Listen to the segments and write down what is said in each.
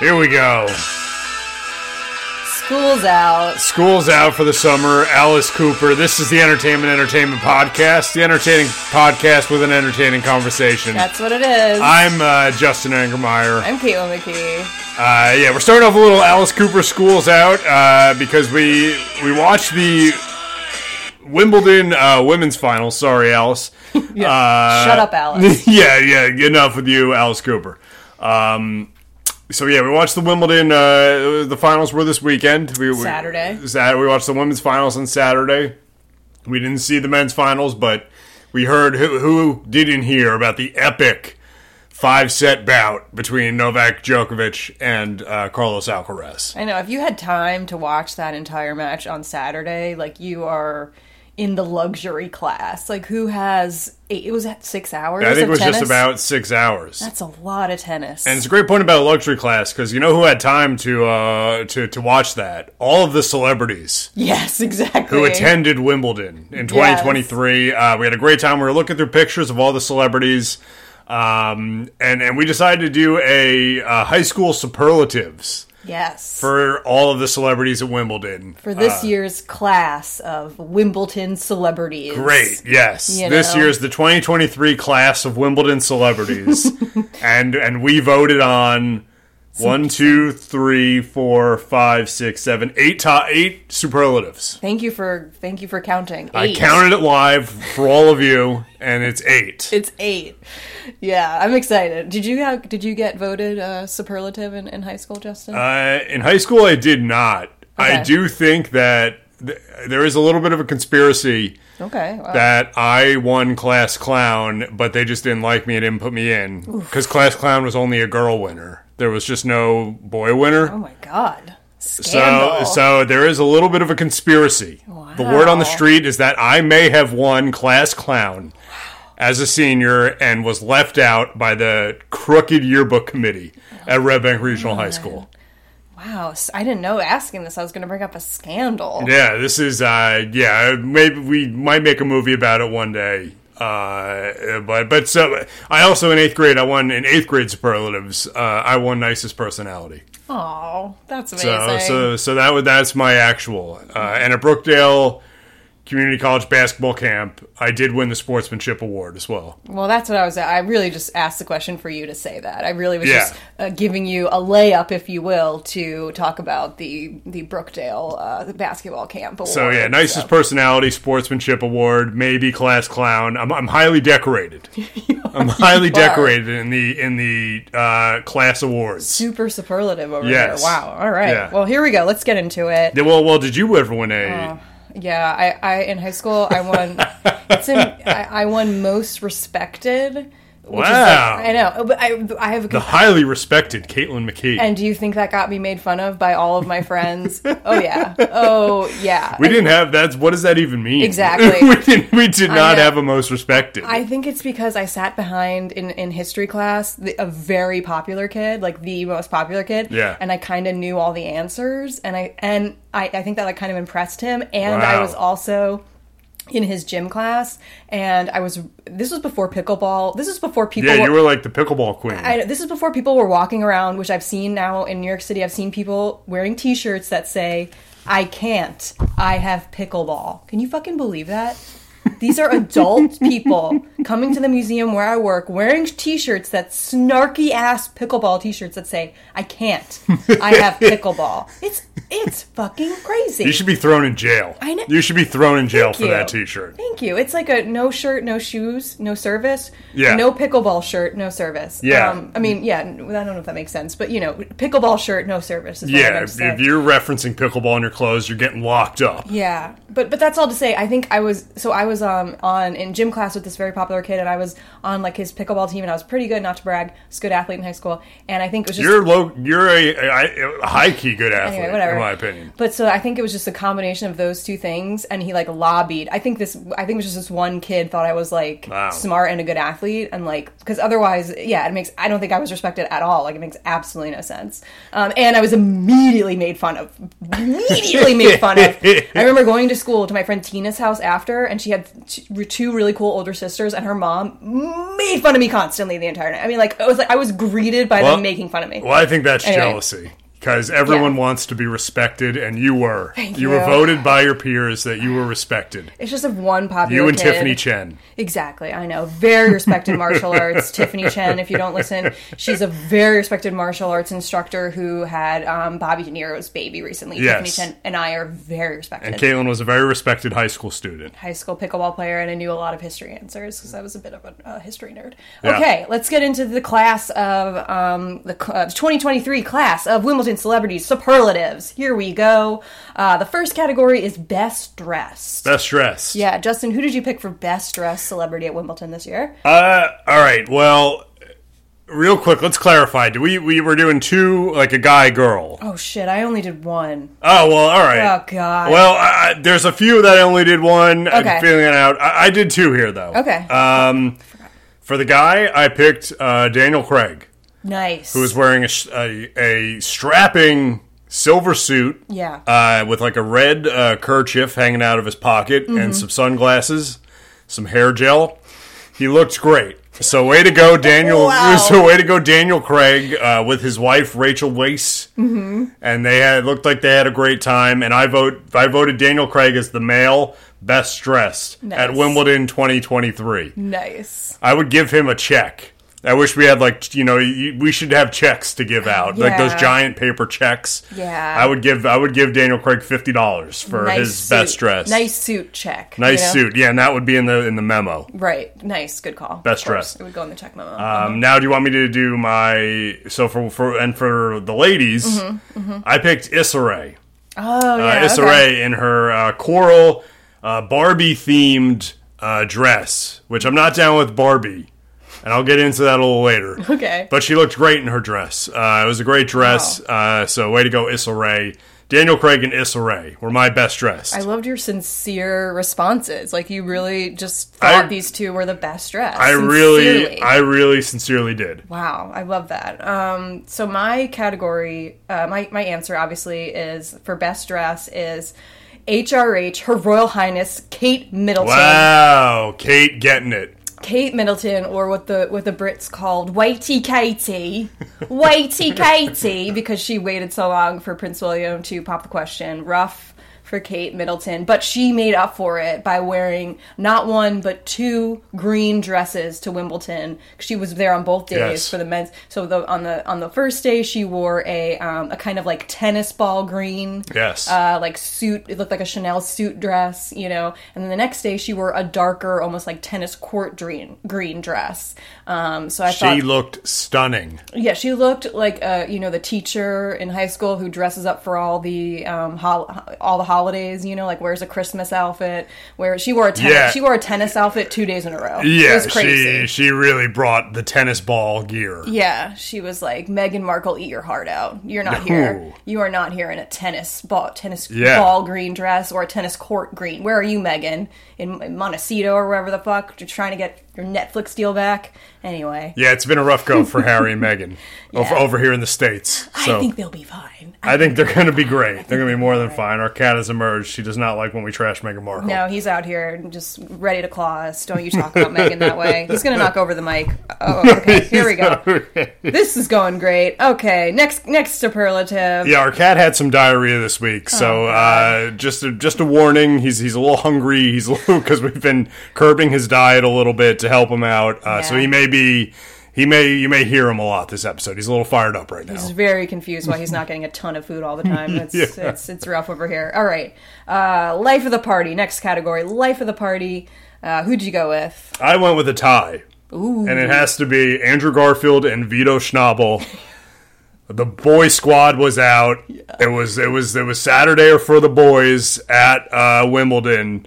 Here we go. School's out. School's out for the summer. Alice Cooper. This is the Entertainment Entertainment Podcast, the entertaining podcast with an entertaining conversation. That's what it is. I'm uh, Justin Angermeyer. I'm Caitlin McKee. Uh, yeah, we're starting off with a little Alice Cooper schools out uh, because we we watched the Wimbledon uh, women's final. Sorry, Alice. Uh, Shut up, Alice. yeah, yeah. Enough with you, Alice Cooper. Um, so yeah, we watched the Wimbledon. Uh, the finals were this weekend. We, we- Saturday. Sat- we watched the women's finals on Saturday. We didn't see the men's finals, but we heard who, who didn't hear about the epic five set bout between Novak Djokovic and uh, Carlos Alcaraz. I know. If you had time to watch that entire match on Saturday, like you are in the luxury class. Like who has eight, it was at six hours. I think of it was tennis? just about six hours. That's a lot of tennis. And it's a great point about luxury class because you know who had time to uh, to to watch that? All of the celebrities yes, exactly. who attended Wimbledon in 2023. Uh, we had a great time. We were looking through pictures of all the celebrities, um, and and we decided to do a uh, high school superlatives Yes. For, for uh, all of the celebrities at Wimbledon. this year's class of Wimbledon celebrities. Great, yes. You This know. year's the 2023 class of Wimbledon celebrities, and and we voted on one, two, three, four, five, six, seven, eight to eight superlatives. Thank you for thank you for counting. I Eight. counted it live for all of you, and it's eight. It's eight. Yeah, I'm excited. Did you have, did you get voted uh, superlative in, in high school, Justin? Uh, in high school, I did not. I Okay. do think that th- there is a little bit of a conspiracy. okay. Wow. that I won class clown, but they just didn't like me and didn't put me in because class clown was only a girl winner. There was just no boy winner. oh my god. so Scandal. so there is a little bit of a conspiracy. The word on the Wow. street is that I may have won class clown as a senior and was left out by the crooked yearbook committee at Red Bank Regional High School. wow. s- I didn't know asking this I was going to bring up a scandal. Yeah, this is uh yeah, maybe we might make a movie about it one day. Uh but but so I also in 8th grade I won in 8th grade superlatives. Uh I won nicest personality. Oh, that's So amazing. so so that would that's my actual. Uh and at Brookdale Community College basketball camp, I did win the sportsmanship award as well. well, that's what I was I really just asked the question for you to say that. I really was Yeah. just uh, giving you a layup if you will to talk about the the Brookdale uh, basketball camp award. So yeah, nicest personality, sportsmanship award, maybe class clown. I'm, I'm highly decorated. I'm highly decorated in the in the uh, class awards. super superlative over Yes. here. Wow. All right. Yeah. Well, here we go. Let's get into it. Yeah, well, well, did you ever win a? Oh. Yeah, I, I in high school I won. it's in, I, I won most respected. Which is Wow. like, I know. But I I have a. the highly respected Caitlin McKee. and do you think that got me made fun of by all of my friends? oh yeah. Oh yeah. we didn't have that's what does that even mean? Exactly. we didn't. We did not know. have a most respected. I think it's because I sat behind in, in history class the, a very popular kid, like the most popular kid. Yeah. And I kind of knew all the answers, and I and I, I think that like kind of impressed him. And I Wow. was also in his gym class, and I was. This was before pickleball. This was before people. yeah, were, you were like the pickleball queen. I, this is before people were walking around, which I've seen now in New York City. I've seen people wearing T-shirts that say, "I can't. I have pickleball." Can you fucking believe that? These are adult people coming to the museum where I work wearing T-shirts that snarky ass pickleball T-shirts that say, "I can't. I have pickleball." It's it's fucking crazy. you should be thrown in jail. I know- You should be thrown in jail for you. that T-shirt. Thank you. It's like a no shirt, no shoes, no service. Yeah. No pickleball shirt, no service. Um, Yeah. I mean, yeah. n- I don't know if that makes sense, but you know, pickleball shirt, no service. Is What I Yeah, meant to if, say. if you're referencing pickleball in your clothes, you're getting locked up. Yeah, but but that's all to say. I think I was so I was um on in gym class with this very popular kid, and I was on like his pickleball team, and I was pretty good, not to brag. I was a good athlete in high school, and I think it was just You're low. You're a, a, a high key good athlete, Anyway, whatever. in my opinion. But so I think it was just a combination of those two things, and he like lobbied. I think this. I think it was just this one kid thought I was like Wow. smart and a good athlete, and like because otherwise, yeah, it makes. I don't think I was respected at all. Like it makes absolutely no sense. Um, and I was immediately made fun of. Immediately made fun of. I remember going to school to my friend Tina's house after, and she had t- two really cool older sisters, and her mom made fun of me constantly the entire night. I mean, like I was like I was greeted by Well- them making fun of me. Well, I think that's Anyway. jealousy because everyone Yeah. wants to be respected, and you were. Thank were you. voted by your peers that you were respected. It's just of one popular. You and kid. Tiffany Chen. Exactly, I know. Very respected martial arts. Tiffany Chen, if you don't listen, she's a very respected martial arts instructor who had um, Bobby De Niro's baby recently. Yes. Tiffany Chen and I are very respected. And Caitlin was a very respected high school student. High school pickleball player, and I knew a lot of history answers because I was a bit of a uh, history nerd. Yeah. Okay, let's get into the class of um, the cl- uh, 2023 class of Wimbledon celebrities superlatives. Here we go. Uh, the first category is best dressed. Best dressed. Yeah, Justin, who did you pick for best dressed celebrity at Wimbledon this year? Uh, all right. Well, real quick, let's clarify. Do we we were doing two like a guy girl? oh shit, I only did one. Oh well, all right. Oh god. Well, I, I- there's a few that I only did one. Okay. I'm feeling it out. I, I did two here though. Okay. Um, for the guy, I picked uh, Daniel Craig, nice. who was wearing a, sh- a, a strapping silver suit. Yeah. Uh, with like a red uh, kerchief hanging out of his pocket Mm-hmm. and some sunglasses, some hair gel. He looked great. So way to go, Daniel. Wow. So way to go, Daniel Craig, uh, with his wife Rachel Weisz, mm-hmm. and they had it looked like they had a great time. And I vote, I voted Daniel Craig as the male best dressed at Nice. Wimbledon 2023. nice. I would give him a check. I wish we had like you know you- we should have checks to give out like those Yeah. giant paper checks. Yeah. I would give I would give Daniel Craig fifty dollars for nice his suit. best dress. Nice suit check. you Nice know? suit. Yeah, and that would be in the in the memo. Right. Nice. Good call. Best Of course, dressed. It would go in the check memo. Um, now, do you want me to do my so for for and for the ladies? I picked Issa Rae. Mm-hmm, oh uh, yeah. Issa okay. Rae in her uh, coral uh, Barbie themed uh, dress, which I'm not down with Barbie, and I'll get into that a little later. Okay. but she looked great in her dress. Uh, it was a great dress. Uh, so way to go, Issa Rae. Daniel Craig and Issa Rae were my best dressed. I loved your sincere responses. Like you really just I- thought these two were the best dressed. I really, Sincerely. I really sincerely did. Wow, I love that. Um, so my category, uh, my my answer obviously is for best dress is HRH, Her Royal Highness Kate Middleton. Wow, Kate getting it. Kate Middleton, or what the what the Brits called Waity Katie, Waity Katie, because she waited so long for Prince William to pop the question. Rough for Kate Middleton, but she made up for it by wearing not one but two green dresses to Wimbledon. She was there on both days Yes. for the men's. So the, on the on the first day, she wore a um, a kind of like tennis ball green Yes. uh, like suit. It looked like a Chanel suit dress, you know. And then the next day, she wore a darker, almost like tennis court green green dress. Um, so I she thought, looked stunning. yeah, she looked like uh, you know the teacher in high school who dresses up for all the um, hol- all the holidays. You know, like wears a Christmas outfit. Where she wore a tennis, Yeah. she wore a tennis outfit two days in a row. it Yeah, was crazy. she she really brought the tennis ball gear. yeah, she was like Meghan Markle, eat your heart out. You're not here. You are not here in a tennis ball, tennis Yeah. ball green dress or a tennis court green. Where are you, Meghan? In, in Montecito or wherever the fuck? You're trying to get your Netflix deal back. Anyway, Yeah, it's been a rough go for Harry and Meghan over, over here in the states. So I think they'll be fine. I, I think they're going to be great. They're going to be more than fine. Our cat has emerged. She does not like when we trash Meghan Markle. no, he's out here just ready to claw us. Don't you talk about Meghan that way. He's gonna knock over the mic. Oh, okay. Here we go. This is going great. Okay, next next superlative. Yeah, our cat had some diarrhea this week, so uh, just a, just a warning. He's he's a little hungry. He's because we've been curbing his diet a little bit to help him out. Uh, So Yeah. he may be he may you may hear him a lot this episode. He's a little fired up right now. He's very confused why he's not getting a ton of food all the time. It's it's, it's rough over here. All right, uh, life of the party. Next category, life of the party. Uh, who'd you go with? I went with a tie, Ooh, and it has to be Andrew Garfield and Vito Schnabel. The boy squad was out. It was it was it was Saturday for the boys at uh, Wimbledon,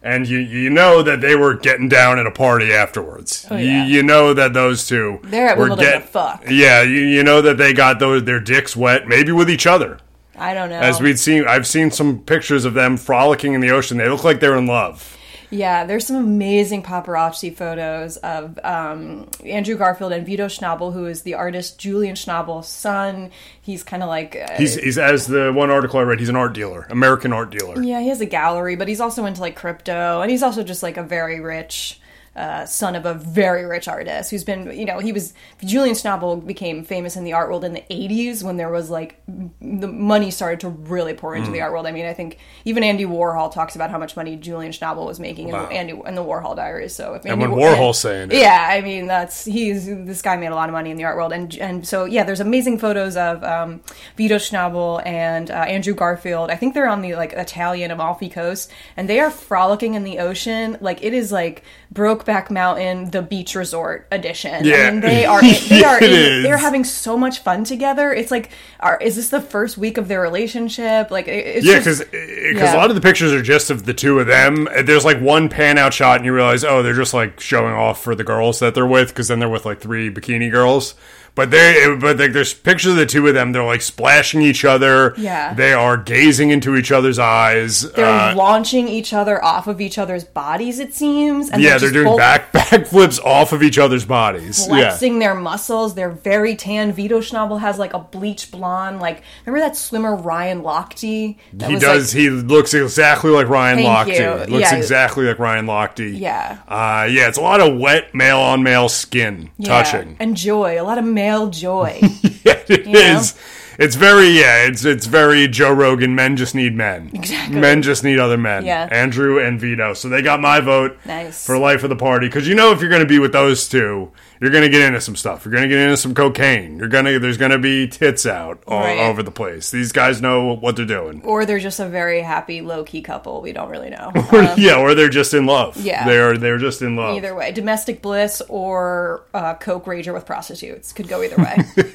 and you you know that they were getting down at a party afterwards. You- Oh, yeah. you, know that those two They're at were Wimbledon to fuck. Yeah, you, you know that they got those their dicks wet, maybe with each other. I don't know. As we'd seen, I've seen some pictures of them frolicking in the ocean. They look like they're in love. yeah, there's some amazing paparazzi photos of um, Andrew Garfield and Vito Schnabel, who is the artist Julian Schnabel's son. He's kind of like uh, He's, he's as the one article I read. He's an art dealer, American art dealer. yeah, he has a gallery, but he's also into like crypto, and he's also just like a very rich. uh, son of a very rich artist who's been, you know, he was Julian Schnabel became famous in the art world in the 80s when there was like m- the money started to really pour into Mm. the art world. I mean, I think even Andy Warhol talks about how much money Julian Schnabel was making Wow. in, the, Andy, in the Warhol Diaries. So if And Andy when War- Warhol's saying it. yeah, I mean that's he's this guy made a lot of money in the art world, and and so yeah, there's amazing photos of um, Vito Schnabel and uh, Andrew Garfield. I think they're on the like Italian Amalfi Coast, and they are frolicking in the ocean. Like it is like Brokeback Mountain, the beach resort edition. Yeah. I mean, they are they It are in, they're is. having so much fun together. It's like, are, is this the first week of their relationship? Like it, it's Yeah, just- because yeah. a lot of the pictures are just of the two of them. And There's like one pan out shot, and you realize, oh, they're just like showing off for the girls that they're with, because then they're with like three bikini girls. But they, eh, but like, there's pictures of the two of them. They're like splashing each other. Yeah. they are gazing into each other's eyes. they're Uh, launching each other off of each other's bodies. It seems. And yeah, they're just doing both back back flips off of each other's bodies. flexing their muscles. They're very tan. Vito Schnabel has like a bleach blonde. Like remember that swimmer Ryan Lochte? Yeah, That he was, does. Like, he looks exactly like Ryan Thank Lochte. you. Looks Yeah. exactly like Ryan Lochte. Yeah. uh, yeah. It's a lot of wet male on male skin yeah, touching. and joy, a lot of male joy. It know? is. It's very yeah. It's it's very Joe Rogan. Men just need men. Exactly. Men just need other men. Yeah. Andrew and Vito. So they got my vote. Nice. For life of the party, because you know if you're going to be with those two, you're going to get into some stuff. You're going to get into some cocaine. You're gonna there's going to be tits out all Right. over the place. These guys know what they're doing. or they're just a very happy, low key couple. We don't really know. yeah, or they're just in love. Um, yeah. They're they're just in love. Either way, domestic bliss or uh, coke rager with prostitutes could go either way.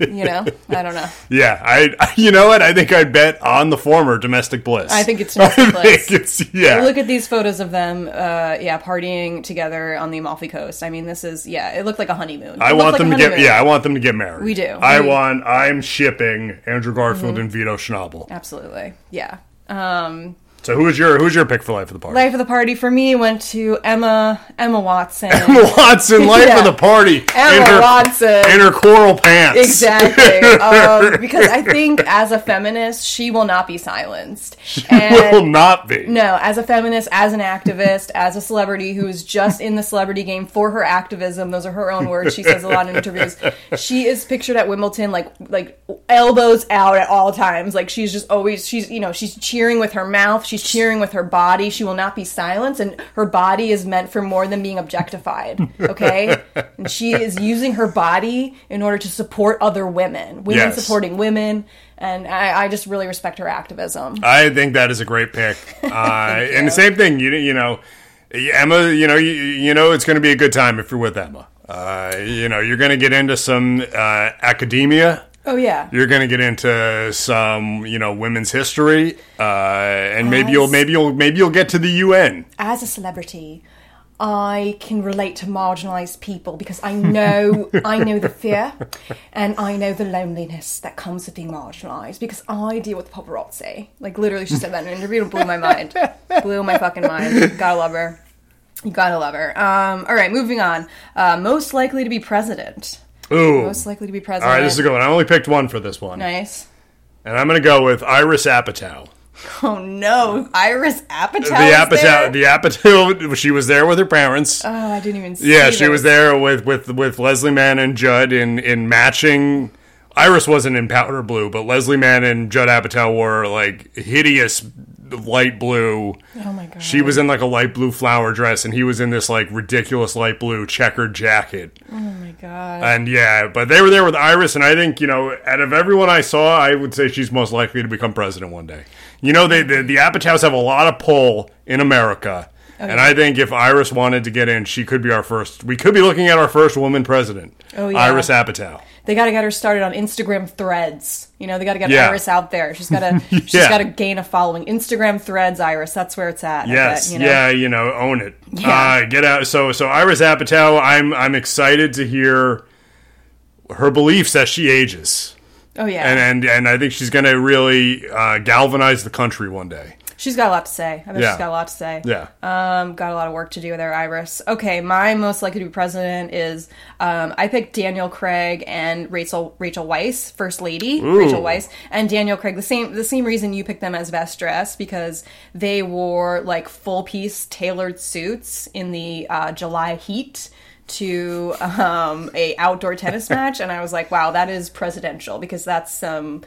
you know, I don't know. Yeah, I you know what? I think I'd bet on the former domestic bliss. I think it's domestic I bliss. think it's yeah. Look at these photos of them, uh, yeah, partying together on the Amalfi Coast. I mean, this is yeah, it looked like a honeymoon. I It looked want like a them to get honeymoon. yeah, I want them to get married. We do. Mm-hmm. I We- want I'm shipping Andrew Garfield and Vito Schnabel. Absolutely. Yeah. Um, So who's your who's your pick for life of the party? life of the party for me went to Emma Emma Watson. Emma Watson, life Yeah. of the party. Emma Watson. In her coral pants. exactly. Um, because I think as a feminist, she will not be silenced. Will not be. No, as a feminist, as an activist, as a celebrity who is just in the celebrity game for her activism, those are her own words. She says a lot in interviews. She is pictured at Wimbledon like like elbows out at all times. Like she's just always she's you know, she's cheering with her mouth, she's cheering with her body. She will not be silenced and her body is meant for more than being objectified, okay? and she is using her body in order to support other women. Women Yes. supporting women. And I, I just really respect her activism. I think that is a great pick. Uh, and the same thing, you you know, Emma, you know, you, you know, it's going to be a good time if you're with Emma. Uh, you know, you're going to get into some uh, academia. Oh yeah. You're going to get into some, you know, women's history, uh, and maybe you'll Yes. maybe you'll maybe you'll get to the UN. as a celebrity, I can relate to marginalized people because I know I know the fear and I know the loneliness that comes with being marginalized because I deal with paparazzi. Like literally she said that in an interview and blew my mind. Blew my fucking mind. Gotta love her. You gotta love her. Um, all right, moving on. Uh, most likely to be president. Ooh, all Most likely to be president. right, this is a good one. I only picked one for this one, nice. and I'm going to go with Iris Apatow. Oh no, Iris Apatow. The is there? Apatow, the Apatow. She was there with her parents. oh, I didn't even. See Yeah, she this. was there with with with Leslie Mann and Judd in in matching. Iris wasn't in powder blue, but Leslie Mann and Judd Apatow were like hideous light blue. Oh my god. She was in like a light blue flower dress, and he was in this like ridiculous light blue checkered jacket. Oh my god. And yeah, but they were there with Iris, and I think you know, out of everyone I saw, I would say she's most likely to become president one day. You know, they, the the Apatows have a lot of pull in America, Oh, and I think if Iris wanted to get in, she could be our first. We could be looking at our first woman president. Oh, yeah. Iris Apatow. they got to get her started on Instagram threads. You know, they got to get Yeah. Iris out there. She's got to she's Yeah. got to gain a following. Instagram threads, Iris. That's where it's at. I Yes, bet, you know? yeah, you know, own it. Yeah. Uh, get out. So, so Iris Apatow, I'm I'm excited to hear her beliefs as she ages, Oh yeah. uh, and and and I think she's going to really uh, galvanize the country one day. She's got a lot to say. I bet Yeah. she's got a lot to say. Yeah. Um, got a lot of work to do with her iris. Okay, my most likely to be president is um, I picked Daniel Craig and Rachel Rachel Weisz, First Lady Rachel Weisz, and Daniel Craig. The same the same reason you picked them as best dress because they wore like full piece tailored suits in the uh, July heat to um, a outdoor tennis match, and I was like, wow, that is presidential because that's some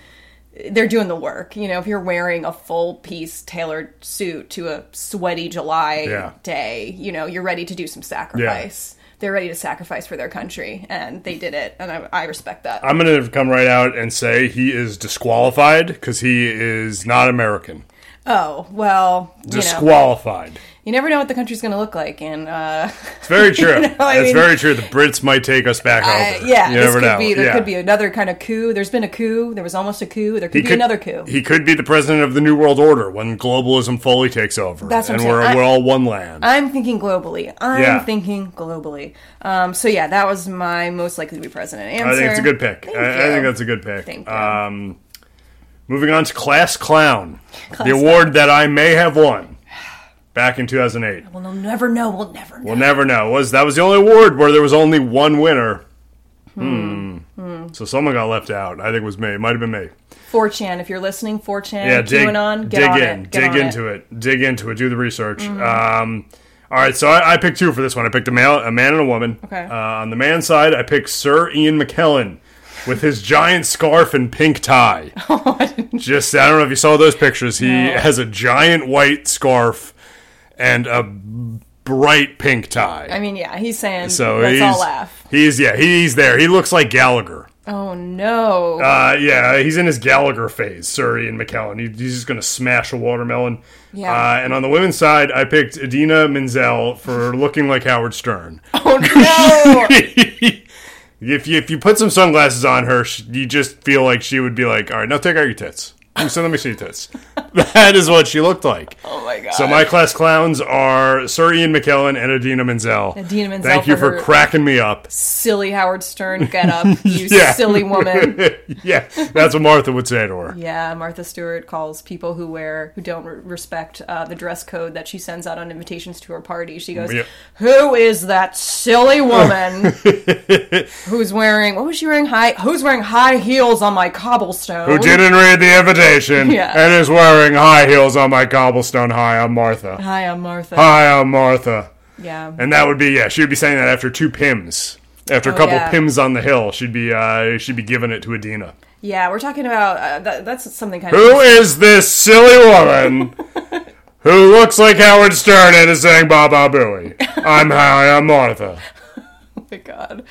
they're doing the work. You know, if you're wearing a full piece tailored suit to a sweaty July Yeah. day, you know, you're ready to do some sacrifice. They're ready to sacrifice for their country, and they did it, and I, I respect that. I'm going to come right out and say he is disqualified because he is not American. oh well, you know, Disqualified. you never know what the country's going to look like, and uh, It's very true. I That's mean- very true. The Brits might take us back I- over. yeah, you this never could know. be there yeah. could be another kind of coup. There's been a coup. There was almost a coup. There could He be another coup. He could be the president of the New World Order when globalism fully takes over, That's what and I'm we're saying. I- we're all one land. I'm thinking globally. I'm Yeah. thinking globally. Um, so yeah, that was my most likely to be president answer. I think it's a good pick. Thank I, I you. think that's a good pick. Thank you. um, moving on to Class Clown, the award that I may have won back in 2008. Well, we'll never know. We'll never know. We'll never know. Was that was the only award where there was only one winner? Hmm. So someone got left out. I think it was me. It might have been me. 4chan, if you're listening, 4chan, yeah, dig, QAnon, get dig on in, it. Hmm. Get dig on into it. dig into it, do the research. Um, all right, so I, I picked two for this one. I picked a male, a man and a woman. Okay. Uh, on the man side, I picked Sir Ian McKellen with his giant scarf and pink tie. Oh, Just I don't know if you saw those pictures. He has a giant white scarf and a bright pink tie. I mean, yeah, he's saying, so let's he's, all laugh. He's yeah, he's there. He looks like Gallagher. Oh, no. Uh, yeah, he's in his Gallagher phase, Surrey and McKellen. He, he's just going to smash a watermelon. Yeah. Uh, and on the women's side, I picked Adina Menzel for looking like Howard Stern. oh, no. if you if you put some sunglasses on her, sh- you just feel like she would be like, all right, now take out your tits. So let me see your tits. That is what she looked like. oh, my God. So my class clowns are Sir Ian McKellen and Adina Menzel. Idina Menzel Thank you for for her- cracking me up. silly Howard Stern, get up, you Yeah. silly woman. yeah, that's what Martha would say to her. Yeah, Martha Stewart calls people who wear who don't re- respect uh, the dress code that she sends out on invitations to her party. She goes, Yeah. "Who is that silly woman who's wearing what was she wearing high? Who's wearing high heels on my cobblestone? who didn't read the invitation Yeah. and is wearing high heels on my cobblestone. Hi, I'm Martha. Hi, I'm Martha. Hi, I'm Martha. Yeah. And that would be yeah. She would be saying that after two pims, after a couple Oh, yeah. pims on the hill, she'd be uh, she'd be giving it to Adina. Yeah, we're talking about uh, that, that's something kind Who of is this silly woman who looks like Howard Stern and is saying "Ba Ba Booey"? I'm hi, I'm Martha. oh my god.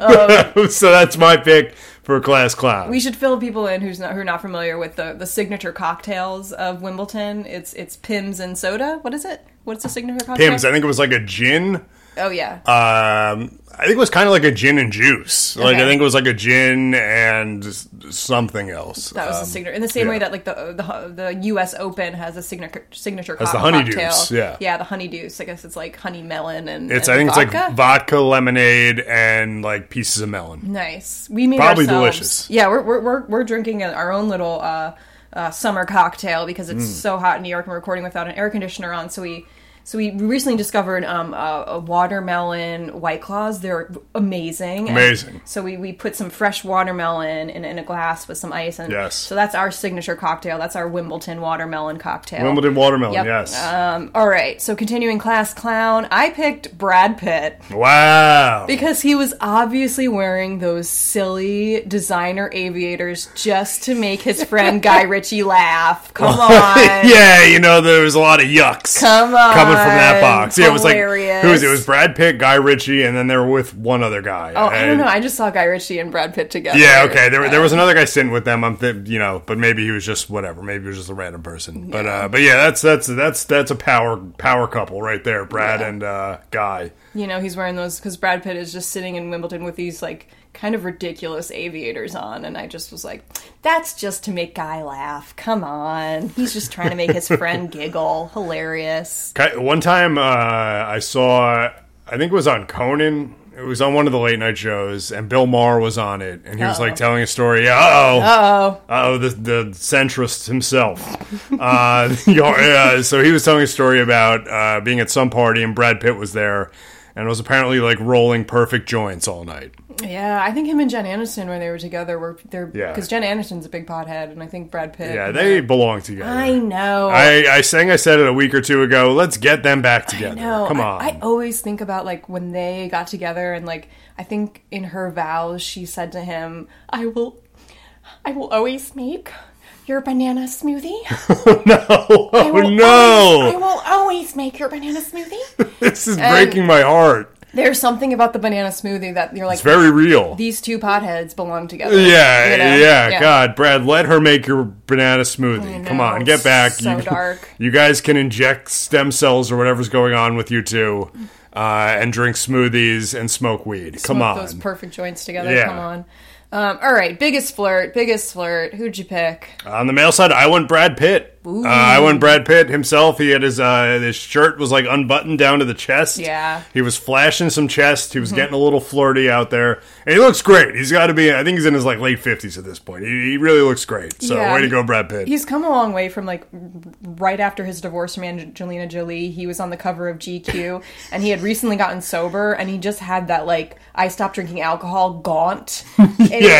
so that's my pick for class clown. We should fill people in who's not who are not familiar with the, the signature cocktails of Wimbledon. It's it's Pims and soda. What is it? What's the signature cocktail? pims. I think it was like a gin. Oh yeah. um, I think it was kind of like a gin and juice. Like I Okay. think it was like a gin and s- something else. That was Um, the signature. In the same way yeah. that like the uh, the, the U.S. Open has a signature signature the co- honeydews, cocktail. yeah. yeah, the honeydews. I guess it's like honey melon and it's and I think it's vodka? Mm. like vodka, lemonade, and like pieces of melon. nice. We made Probably ourselves- delicious. Yeah, we're we're we're, we're drinking our own little uh, uh, summer cocktail because Mm. it's so hot in New York and we're recording without an air conditioner on. So we. So we recently discovered um, a, a watermelon white claws. They're amazing. And Amazing. so we, we put some fresh watermelon in, in a glass with some ice. And Yes. So that's our signature cocktail. That's our Wimbledon watermelon cocktail. Wimbledon watermelon. Yep. Yes. Um, all right. So continuing class clown, I picked Brad Pitt wow. because he was obviously wearing those silly designer aviators just to make his friend Guy Ritchie laugh. Come on. yeah, you know there was a lot of yucks Come coming from that on. box. Yeah, it was like who was Hilarious. it? It was Brad Pitt, Guy Ritchie, and then they were with one other guy. Oh, I don't And- know. I just saw Guy Ritchie and Brad Pitt together. Yeah, Um, okay. There, there was another guy sitting with them. I'm, th- you know, but maybe he was just whatever. Maybe he was just a random person. But, uh, but yeah, that's that's that's that's a power power couple right there, Brad and uh, Guy. You know, he's wearing those because Brad Pitt is just sitting in Wimbledon with these like kind of ridiculous aviators on, and I just was like, that's just to make Guy laugh. Come on. He's just trying to make his friend giggle. Hilarious. Ki- One time, uh, I saw, I think it was on Conan. It was on one of the late night shows, and Bill Maher was on it, and he was Uh-oh. like telling a story. Uh oh, Oh, oh, the the centrist himself. uh, you know, yeah, so he was telling a story about uh, being at some party, and Brad Pitt was there, and was apparently like rolling perfect joints all night. yeah. I think him and Jen Anderson, when they were together, were they're Yeah. because Jen Anderson's a big pothead, and I think Brad Pitt. Yeah, they belong together. I know. I, I sang I said it a week or two ago. Let's get them back together. No, Come I- on. I, always think about like when they got together and like I think in her vows she said to him, "I will, I will always make your banana smoothie. no. I Oh will no. always- I will always make your banana smoothie." this is breaking my heart. There's something about the banana smoothie that you're like, It's very real. these two potheads belong together. yeah, you know? yeah, God, Brad, let her make your banana smoothie. I Come know, on, get back. so you, dark. You guys can inject stem cells or whatever's going on with you two, uh, and drink smoothies and smoke weed. Come Smoke on. those perfect joints together. Yeah. Come on. Um, all right, biggest flirt, biggest flirt. Who'd you pick? On the male side, I went Brad Pitt. Uh, I went Brad Pitt himself. He had his uh, his shirt was like unbuttoned down to the chest. Yeah. Mm-hmm. he was flashing some chest. He was getting a little flirty out there, and he looks great. He's got to be. I think he's in his like late fifties at this point. He, he really looks great. So Yeah, way to he- go, Brad Pitt. He's come a long way from like r- right after his divorce from Angelina Jolie. He was on the cover of GQ and he had recently gotten sober and he just had that like I stopped drinking alcohol gaunt. yeah,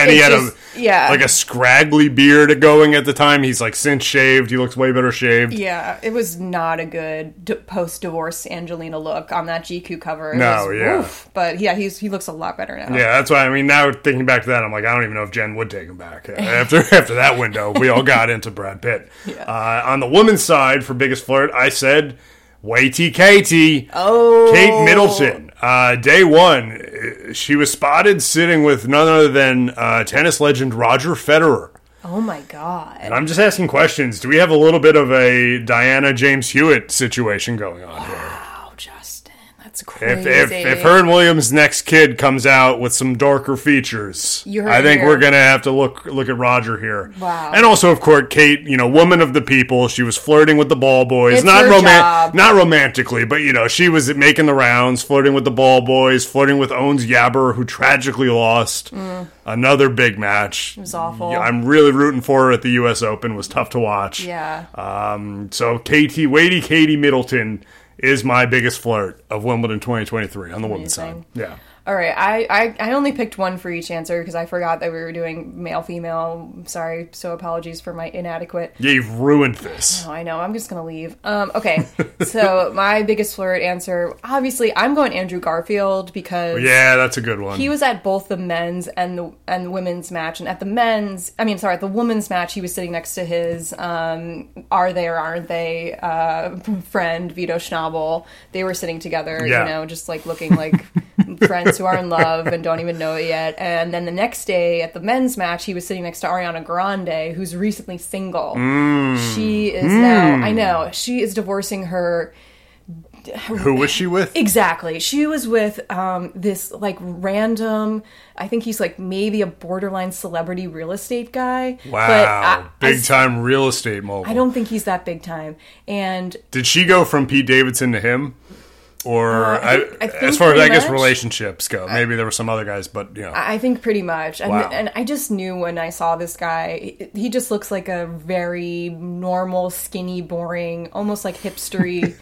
and he had a yeah. like a scraggly beard going at the time. He's like since shaved. He looks way better shaved. yeah, it was not a good d- post-divorce Angelina look on that GQ cover. It No, was- yeah. oof. but yeah, he's he looks a lot better now. Yeah, that's why. I mean, now thinking back to that, I'm like, I don't even know if Jen would take him back uh, after after that window. We all got into Brad Pitt. Uh, on the woman's side for biggest flirt, I said, "Waity Katie." Oh, Kate Middleton. Uh, day one, uh, she was spotted sitting with none other than uh, tennis legend Roger Federer. oh my god. And I'm just asking questions. Do we have a little bit of a Diana James Hewitt situation going on here? Oh, Justin, that's If, crazy. if, if Hearn Williams' next kid comes out with some darker features, You heard I it think here. we're gonna have to look look at Roger here. Wow. And also, of course, Kate, you know, woman of the people, she was flirting with the ball boys, It's not her romantic, job. not romantically, but you know, she was making the rounds, flirting with the ball boys, flirting with Owens Yabber, who tragically lost another big match. It Mm. was awful. I'm really rooting for her at the U.S. Open. It was tough to watch. yeah. Um, so KT Weighty Katie Middleton is my biggest flirt of Wimbledon 2023 on the women's side. Amazing. Yeah. All right, I, I, I only picked one for each answer because I forgot that we were doing male female. Sorry, so apologies for my inadequate. Yeah, you've ruined this. Oh, I know. I'm just gonna leave. Um, okay, so my biggest flirt answer, obviously, I'm going Andrew Garfield because Yeah, that's a good one. he was at both the men's and the and the women's match, and at the men's, I mean, sorry, at the women's match, he was sitting next to his um, "Are they or aren't they" uh, friend Vito Schnabel. They were sitting together, Yeah. you know, just like looking like friends who are in love and don't even know it yet. And then the next day at the men's match, he was sitting next to Ariana Grande, who's recently single. She is now, I know, she is divorcing her. Who was she with? Exactly. She was with um, this like random. I think he's like maybe a borderline celebrity real estate guy. Wow, But I, big I, time real estate mogul. I don't think he's that big time. And Did she go from Pete Davidson to him? Or Uh, I I think- I think as far as I pretty guess much. relationships go, maybe there were some other guys, but you know, I I think pretty much. And, Wow. and I just knew when I saw this guy, he- he just looks like a very normal, skinny, boring, almost like hipstery,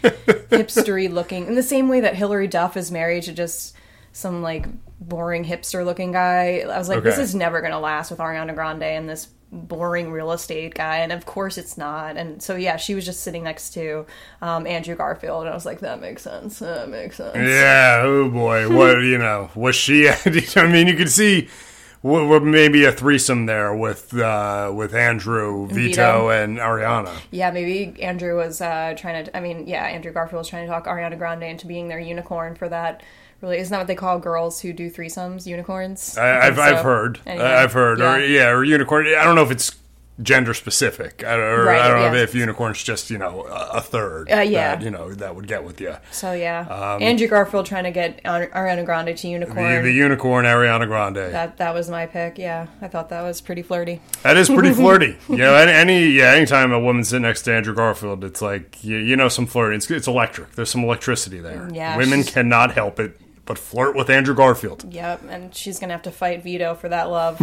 hipstery looking. In the same way that Hillary Duff is married to just some like boring hipster looking guy. I was like, this Okay. is never going to last with Ariana Grande and this boring real estate guy. And of course it's not. And so, yeah, she was just sitting next to um, Andrew Garfield. And I was like, that makes sense. That makes sense. Yeah, oh boy. What, you know, was she, I mean, you could see w- w- maybe a threesome there with uh, with Andrew, Vito, Vito. and Ariana. Yeah, maybe Andrew was uh, trying to. I mean, yeah, Andrew Garfield was trying to talk Ariana Grande into being their unicorn for that. Really, isn't that what they call girls who do threesomes? Unicorns. I, I've, think I've so. heard. I- Anyway, I've heard. Or, e- yeah, or unicorn. I don't know if it's gender specific. I, don't- or I Right, don't know yeah. if unicorn's just, you know, a a third. Uh, yeah. That, you know, that would get with you. So yeah, Um, Andrew Garfield trying to get Ar- Ariana Grande to The, unicorn. the unicorn, Ariana Grande. that that was my pick. Yeah, I thought that was pretty flirty. That is pretty flirty. You know, any, any yeah, anytime a woman sits next to Andrew Garfield, it's like you, you know some flirting. It's, it's electric. There's some electricity there. Mm, Yeah, women she's- cannot help it. but flirt with Andrew Garfield. Yep, and she's gonna have to fight Vito for that love.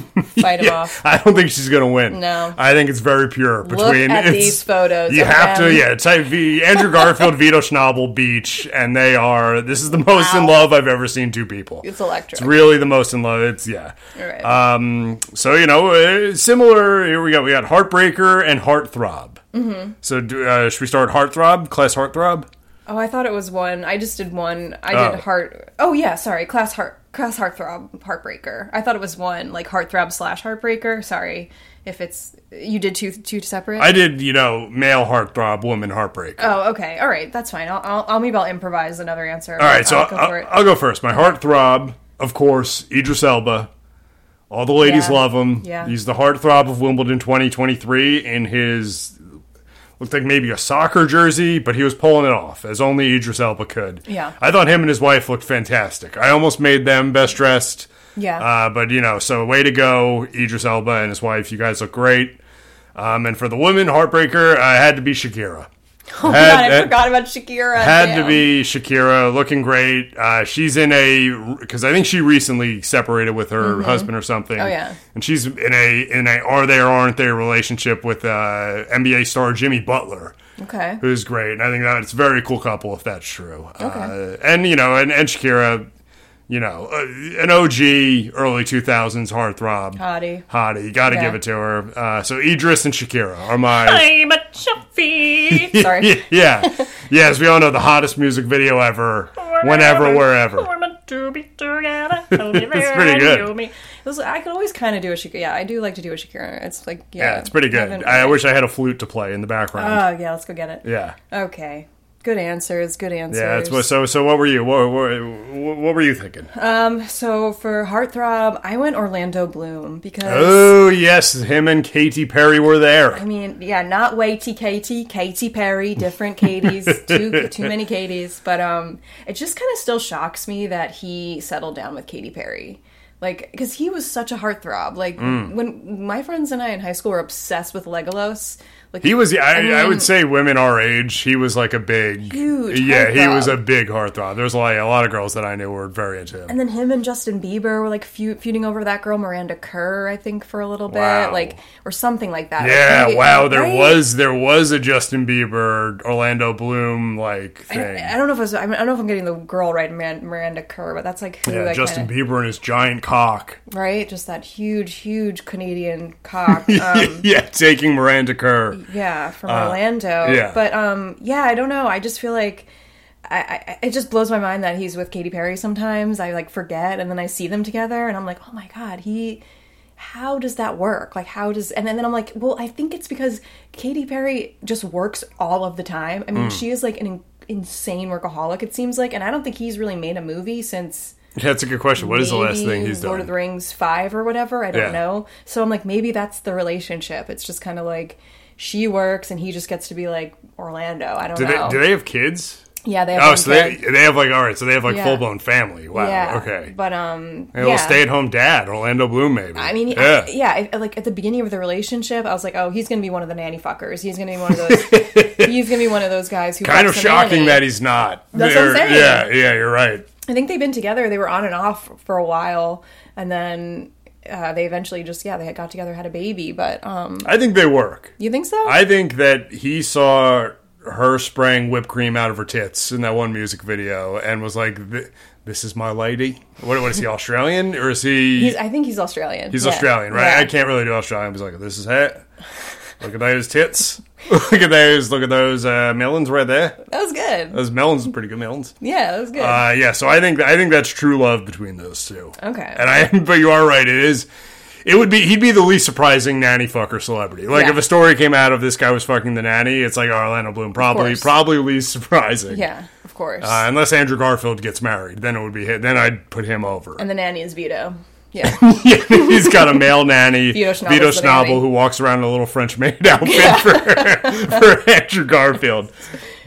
Fight him Yeah, off. I don't think she's gonna win. No. I think it's very pure between Look at it's- these photos. You of have to, them. yeah. Type V Andrew Garfield, Vito Schnabel, Beach, and they are. This is the most in Wow. love I've ever seen two people. It's electric. It's really the most in love. It's yeah. All right. Um. So you know, uh, similar. Here we go. We got Heartbreaker and Heartthrob. Mm-hmm. So do, uh, should we start Heartthrob? Class Heartthrob. oh, I thought it was one. I just did one. I Oh. did heart. Oh yeah, sorry. Class heart. Class heartthrob heartbreaker. I thought it was one like heartthrob slash heartbreaker. Sorry if it's you did two two separate. I did. You know, male Heartthrob, woman Heartbreaker. oh okay, all right, that's fine. I'll I'll, I'll maybe I'll improvise another answer. All right. So uh, I'll go for I'll, it. I'll go first. My Heartthrob, of course, Idris Elba. All the ladies Yeah. love him. Yeah. He's the heartthrob of Wimbledon 2023 in his looked like maybe a soccer jersey, but he was pulling it off as only Idris Elba could. Yeah. I thought him and his wife looked fantastic. I almost made them best dressed. Yeah. Uh, but you know, so way to go, Idris Elba and his wife. You guys look great. Um, and for the women, heartbreaker, I had to be Shakira. had- oh God, I had- forgot about Shakira. Had Damn. to be Shakira, looking great. Uh, she's in a because I think she recently separated with her husband or something. Oh Mm-hmm. yeah. and she's in a in a are they or aren't they relationship with uh, NBA star Jimmy Butler, Okay. who's great. And I think that it's a very cool couple if that's true. Uh, and you know, and, and Shakira, you know, uh, an OG early two thousands heartthrob Hottie. hottie. Got to Yeah. give it to her. Uh, so Idris and Shakira are my. I'm a chuffy. Sorry. yeah. Yeah, as we all know, the hottest music video ever. Whenever, wherever. We're meant to be together. I'll be there pretty and good. you'll be- It was- I could always kind of do a Shakira. Yeah, I do like to do a Shakira. It's like, yeah. Yeah, it's pretty good. haven't- I wish I had a flute to play in the background. Oh, yeah, let's go get it. yeah. Okay. Good answers. Good answers. Yeah, that's what, so so what were you? What, what, what were you thinking? So for Heartthrob, I went Orlando Bloom because. oh, yes, him and Katy Perry were I there. mean, yeah, not weighty Katy, Katy Perry, different Katie's, too too many Katie's, but um, it just kind of still shocks me that he settled down with Katy Perry, like because he was such a heartthrob. Like Mm. when my friends and I in high school were obsessed with Legolas, like He was, I, I, mean- would say, women our age. He was like a big, Huge yeah. He heartthrob. was a big heartthrob. There's like a lot of girls that I knew were very into him. And then him and Justin Bieber were like feu- feuding over that girl Miranda Kerr, I think, for a little bit, Wow. like or something like that. Yeah, Like, wow. There right? was there was a Justin Bieber, Orlando Bloom like thing. I don't know if it was, I, mean, I don't know if I'm getting the girl right, Miran- Miranda Kerr, but that's like who Yeah, I Justin kinda- Bieber and his giant cock. right? Just that huge, huge Canadian cock. Um, yeah, taking Miranda Kerr. yeah, from Orlando. yeah. But um, yeah, I don't know. I just feel like I, I it just blows my mind that he's with Katy Perry. Sometimes I like forget, and then I see them together, and I'm like, oh my god, he. How does that work? Like, how does and, then I'm like, well, I think it's because Katy Perry just works all of the time. I mean, she is like an in- insane workaholic. It seems like, and I don't think he's really made a movie since Yeah, that's a good question. What is the last maybe thing he's Lord done? of the Rings five or whatever. I don't Yeah. know. So I'm like, maybe that's the relationship. It's just kind of like she works and he just gets to be like Orlando. I don't do, know. they, do they have kids? yeah, they have. Oh, one so they, kid. they have like all right, so they have like Yeah. full blown family. Wow. yeah. Okay. But um, A little yeah. stay at home dad, Orlando Bloom, maybe. I mean, yeah. yeah, I, yeah. I- Like at the beginning of the relationship, I was like, "Oh, he's gonna be one of the nanny fuckers. He's gonna be one of those. he's gonna be one of those guys who kind of fucks the shocking nanny." that he's not. That's what I'm Or- saying. Yeah, yeah, you're right. I think they've been together. They were on and off for a while, and then uh, they eventually just yeah they got together, had a baby. But um, I think they work. you think so? I think that he saw her spraying whipped cream out of her tits in that one music video and was like, "Th- "This is my lady." What, what is he Australian or is he? He's, I think he's Australian. He's Yeah. Australian, right? Yeah. I can't really do Australian. He's like, "This is hat. Look at those tits. look at those. Look at those uh, melons right there. That was good. Those melons, are pretty good melons." Yeah, that was good. Uh, yeah, so I think I think that's true love between those two. Okay. And I, but you are right. It is. It would be he'd be the least surprising nanny fucker celebrity. Like Yeah. if a story came out of this guy was fucking the nanny, it's like oh, Orlando Bloom probably course. probably least surprising. yeah, of course. Uh, unless Andrew Garfield gets married, then it would be hit. Then I'd put him over. and the nanny is Vito. Yeah. yeah, he's got a male nanny, Vito Schnabel's Vito the nanny. Schnabel, who walks around in a little French maid outfit for, for Andrew Garfield,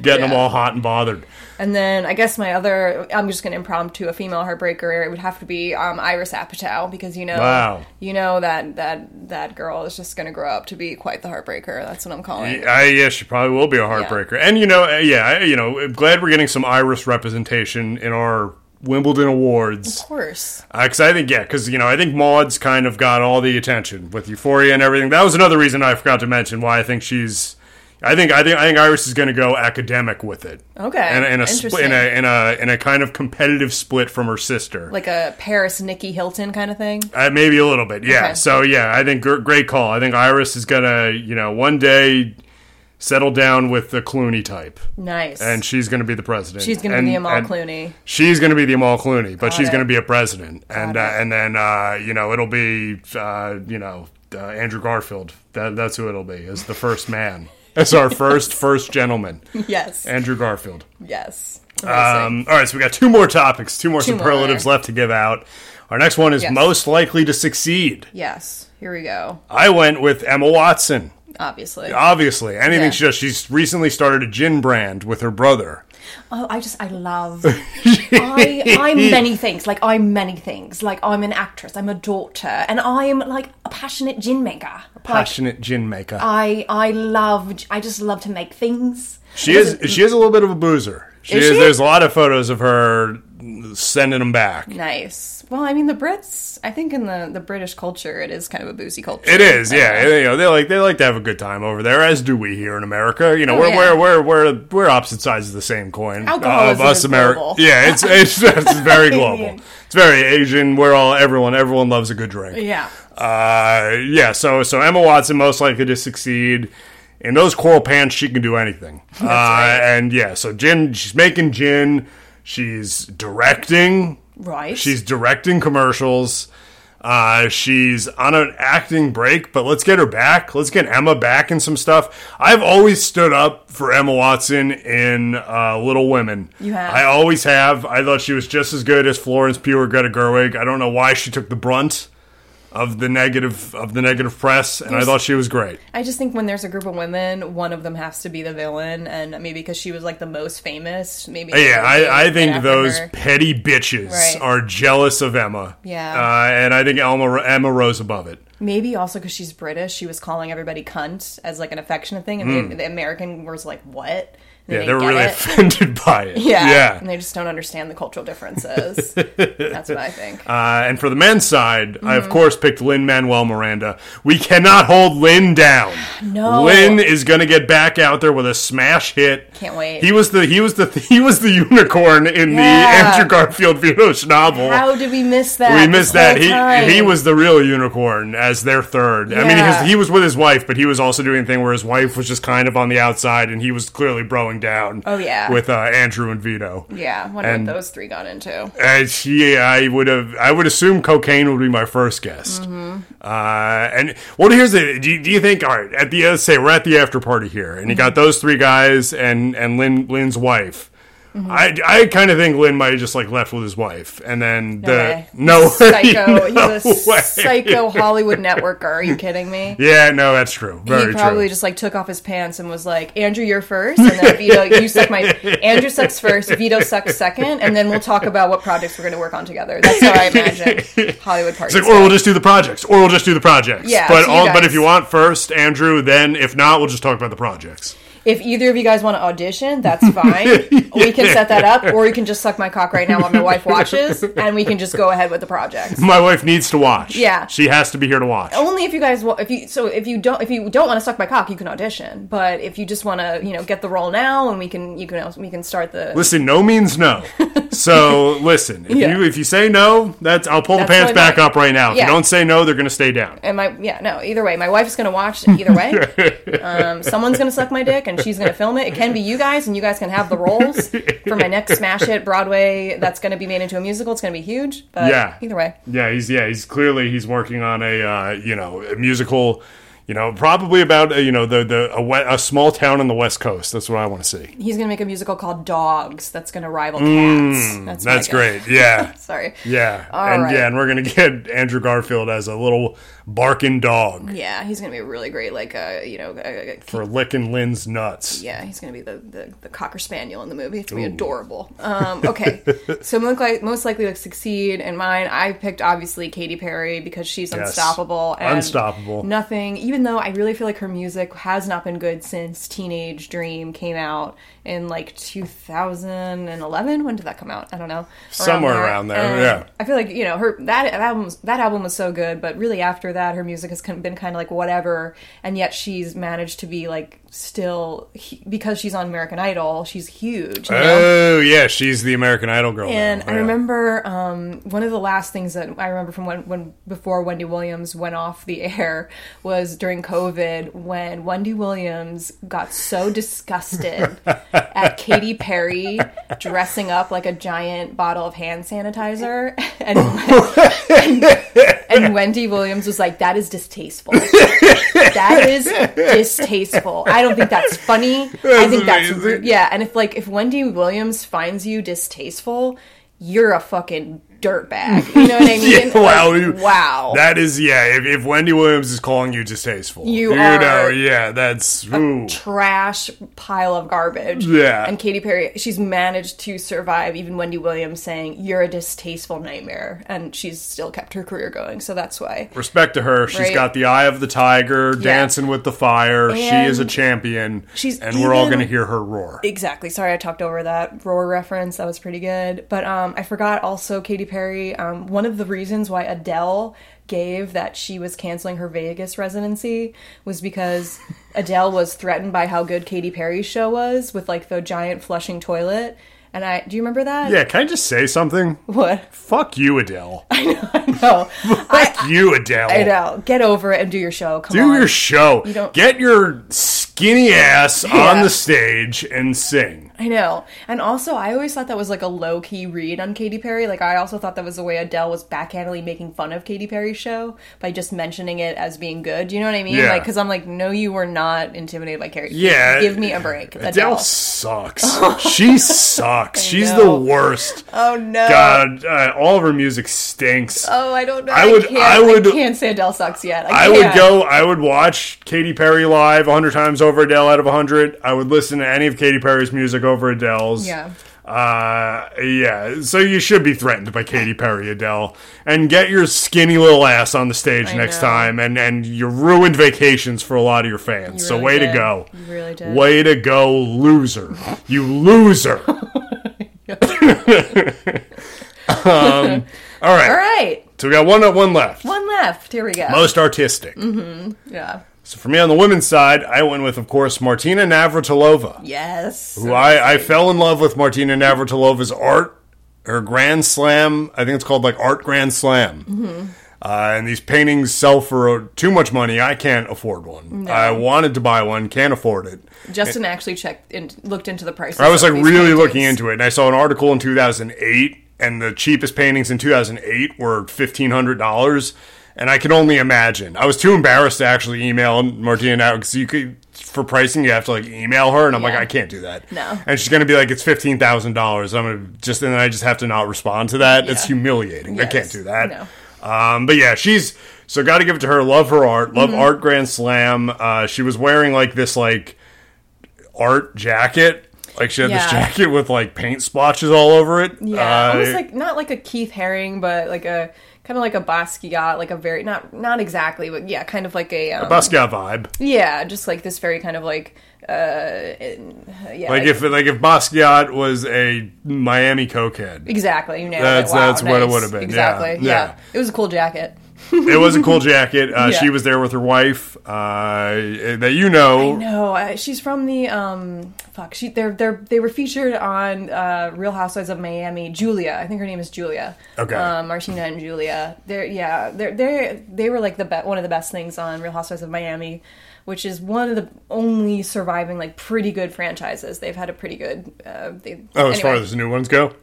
getting them Yeah. all hot and bothered. and then I guess my other, I'm just going to impromptu a female heartbreaker. It would have to be um, Iris Apatow because you know, Wow. you know that that that girl is just going to grow up to be quite the heartbreaker. That's what I'm calling. it. I, yeah, she probably will be a heartbreaker. And you know, uh, yeah, I- you know, I'm glad we're getting some Iris representation in our Wimbledon awards. Of course. Because I think, yeah, because, you know, I think Maud's kind of got all the attention with Euphoria and everything. That was another reason I forgot to mention why I think she's. I think I think I think Iris is going to go academic with it. Okay, and in a split in a in a in a kind of competitive split from her sister. Like a Paris Nikki Hilton kind of thing. Uh, maybe a little bit, yeah. Okay. So yeah, I think gr- great call. I think Iris is gonna, you know, one day settle down with the Clooney type, Nice. and she's gonna be the president. she's gonna And- be the Amal and Clooney. She's gonna be the Amal Clooney, but she's it. gonna be a president, and uh, it. and then uh, you know it'll be uh, you know uh, Andrew Garfield. That, that's who it'll be as the first man, as our first first gentleman, Yes. Andrew Garfield. yes. Amazing. Um, all right, so we got two more topics, two more Two more. superlatives left to give out. Our next one is Yes. most likely to succeed. yes. Here we go. I went with Emma Watson. Obviously. Obviously, anything Yeah. she does, she's recently started a gin brand with her brother. Oh, I just I love. I I'm many things. Like I'm many things. Like I'm an actress. I'm a daughter, and I'm like a passionate gin maker. Like, Passionate gin maker. I I love. I just love to make things. she is. She is a little bit of a boozer. She Is is, she? There's a lot of photos of her sending them back. Nice. Well, I mean, the Brits. I think in the the British culture, it is kind of a boozy culture. It is, I yeah. don't know. You know, they like they like to have a good time over there, as do we here in America. You know, Oh, we're, yeah. we're we're we're we're opposite sides of the same coin. uh, Alcoholism of us is Ameri- global. Yeah, it's it's, it's very global. mean- It's very Asian. We're all everyone. Everyone loves a good drink. Yeah. Uh, yeah, so so Emma Watson most likely to succeed. In those coral pants, she can do anything. uh, right. And yeah, so Jin, she's making gin. She's directing. Right. She's directing commercials. Uh, she's on an acting break, but let's get her back. Let's get Emma back in some stuff. I've always stood up for Emma Watson in uh, Little Women. You have. I always have. I thought she was just as good as Florence Pugh or Greta Gerwig. I don't know why she took the brunt of the negative of the negative press, and I thought she was great. I just think when there's a group of women, one of them has to be the villain, and maybe because she was like the most famous, maybe. Yeah, I, I think after those her. petty bitches Right. are jealous of Emma. Yeah. uh, and I think Emma Emma rose above it. Maybe also because she's British, she was calling everybody cunt as like an affectionate thing, and the, the American was like, "What?" And Hmm. Yeah, they're get really it. offended by it. Yeah. Yeah. and they just don't understand the cultural differences. That's what I think. Uh, and for the men's side, I Mm-hmm. of course picked Lynn Manuel Miranda. We cannot hold Lynn down. No. Lynn is going to get back out there with a smash hit. Can't wait. He was the he was the he was the unicorn in Yeah. the Andrew Garfield Vinoch novel. How did we miss that? we this missed that. whole time? He he was the real unicorn as their third. I mean, Yeah. his, he was with his wife, but he was also doing a thing where his wife was just kind of on the outside, and he was clearly broing down. Oh, yeah. with uh, Andrew and Vito. Yeah, I wonder And- what those three got into. Uh, yeah, I would have. I would assume cocaine would be my first guess. Mm-hmm. Uh, and well, here's the. Do you, do you think? All right, at the let's say we're at the after party here, and you Mm-hmm. got those three guys and and Lynn Lynn's wife. Mm-hmm. I, I kind of think Lynn might have just like left with his wife, and then the way. no Psycho. no He's a way. psycho Hollywood networker. Are you kidding me? Yeah, no, that's true. Very he probably true. just like took off his pants and was like, "Andrew, you're first, and then Vito, you suck my. Andrew sucks first, Vito sucks second, and then we'll talk about what projects we're going to work on together." That's how I imagine Hollywood parties. It's like, or we'll just do the projects, or we'll just do the projects. Yeah, but so you all, but if guys- you want first Andrew, then if not, we'll just talk about the projects. if either of you guys want to audition, that's fine. We can set that up, or you can just suck my cock right now while my wife watches, and we can just go ahead with the projects. My wife needs to watch. Yeah. she has to be here to watch. only if you guys want if you so if you don't if you don't want to suck my cock you can audition but if you just want to you know get the role now and we can you can also- we can start the Listen, no means no. So listen, if Yeah. you if you say no, that's I'll pull That's the pants what I back meant. up right now. If Yeah. you don't say no, they're gonna stay down. and my yeah no either way my wife's gonna watch either way um, someone's gonna suck my dick and she's gonna film it it can be you guys and you guys can have the roles for my next smash hit broadway that's gonna be made into a musical it's gonna be huge but Yeah. Uh, either way Yeah, he's yeah he's clearly he's working on a uh, you know a musical, you know probably about uh, you know the the a, we- a small town on the west coast. That's what I want to see. he's gonna make a musical called dogs that's gonna rival cats that's, my Mm, That's guess. great. Yeah. sorry Yeah, and right. yeah, and we're gonna get Andrew Garfield as a little barking dog yeah he's gonna be really great like uh you know uh, for licking Lynn's nuts. Yeah, he's going to be the, the, the cocker spaniel in the movie. It's going to be adorable. Um, okay, so most, li- most likely to succeed in mine, I picked obviously Katy Perry because she's unstoppable. And Unstoppable. Nothing. You even though I really feel like her music has not been good since Teenage Dream came out in like 2011. When did that come out? I don't know. Around Somewhere around there, And yeah. I feel like you know her that album that album was so good, but really after that, her music has kin- been kind of like whatever. And yet she's managed to be like still hu- because she's on American Idol, she's huge. you know? Oh yeah, she's the American Idol girl. And now. Oh, I Yeah. remember um, one of the last things that I remember from when, when before Wendy Williams went off the air was during COVID when Wendy Williams got so disgusted at Katy Perry dressing up like a giant bottle of hand sanitizer, and, Oh, and Wendy Williams was like, "That is distasteful. that is distasteful. I don't think that's funny. I That's think that's amazing. rude. Yeah, and if like if Wendy Williams finds you distasteful, you're a fucking dirtbag. You know what I mean? Yeah, wow, Like, you- wow. That is yeah. If, if Wendy Williams is calling you distasteful, You know, are yeah, that's ooh. trash pile of garbage. Yeah. And Katy Perry, she's managed to survive even Wendy Williams saying, You're a distasteful nightmare and she's still kept her career going. So that's why. respect to her. She's Right. got the eye of the tiger, dancing with the fire. she is a And champion. she's and we're all even- going to hear her roar. Exactly. Sorry, I talked over that roar reference. That was pretty good. But um, I forgot also Katy Perry. Um, one of the reasons why Adele gave that she was canceling her Vegas residency was because Adele was threatened by how good Katy Perry's show was with like the giant flushing toilet. And I do you remember that? yeah, can I just say something? What? Fuck you, Adele. No, I, Fuck you, Adele. I know. Get over it and do your show. Come Do on. your show. don't- Get your skinny ass on Yeah. the stage and sing. I know. And also, I always thought that was like a low key read on Katy Perry. Like, I also thought that was the way Adele was backhandedly making fun of Katy Perry's show by just mentioning it as being good. You know what I mean? Yeah. Like, because I'm like, no, you were not intimidated by Katy. Yeah. Give me a break. Adele. Adele sucks. she sucks. She's know. the worst. Oh, no. God, uh, all of her music stinks. Oh, I don't know. I I, would- Can't, I would- can't say Adele sucks yet. I, I would can't. go. I would watch Katy Perry live 100 times over Adele out of 100. I would listen to any of Katy Perry's music over Adele's. Yeah. Uh, yeah. So you should be threatened by Katy Perry, Adele, and get your skinny little ass on the stage I next know. time. And and you ruined vacations for a lot of your fans. so really way to did. go. You really did. Way to go, loser. You loser. um. All right. All right. So we got one one left. One left. Here we go. Most artistic. yeah. So for me on the women's side, I went with, of course, Martina Navratilova. Yes. Who I, I fell in love with Martina Navratilova's art, her Grand Slam. I think it's called like Art Grand Slam. Uh, and these paintings sell for too much money. I can't afford one. I wanted to buy one, can't afford it. Justin actually checked and looked into the prices. I was like of these really looking paintings. into it, and I saw an article in 2008, and the cheapest paintings in 2008 were fifteen hundred dollars, and I can only imagine. I was too embarrassed to actually email Martina now because you could for pricing you have to like email her, and I'm like Yeah. I can't do that. No. and she's gonna be like it's fifteen thousand dollars. I'm gonna just and then I just have to not respond to that. It's Yeah. humiliating. I Yes. can't do that. No. Um, but yeah, she's so got to give it to her. Love her art. Mm-hmm. Love art grand slam. Uh, she was wearing like this like art jacket. Like she had this Yeah. jacket with like paint splotches all over it. Yeah, Uh, almost like not like a Keith Haring, but like a kind of like a Basquiat, like a very not not exactly, but yeah, kind of like a, um, Basquiat vibe. yeah, just like this very kind of like uh, yeah, Like if like if Basquiat was a Miami cokehead, exactly, you know, That's- wow, that's what it nice. would've been, yeah, exactly, yeah. yeah. It was a cool jacket. it was a cool jacket. Uh, Yeah. She was there with her wife uh, that you know. No, I, she's from the um, fuck. She they're they're they were featured on uh, Real Housewives of Miami. Julia, I think her name is Julia. Okay. Um, Martina and Julia. They're yeah. They're they they were like the be- one of the best things on Real Housewives of Miami, which is one of the only surviving like pretty good franchises. They've had a pretty good. Uh, they, Oh, as anyway. far as the new ones go,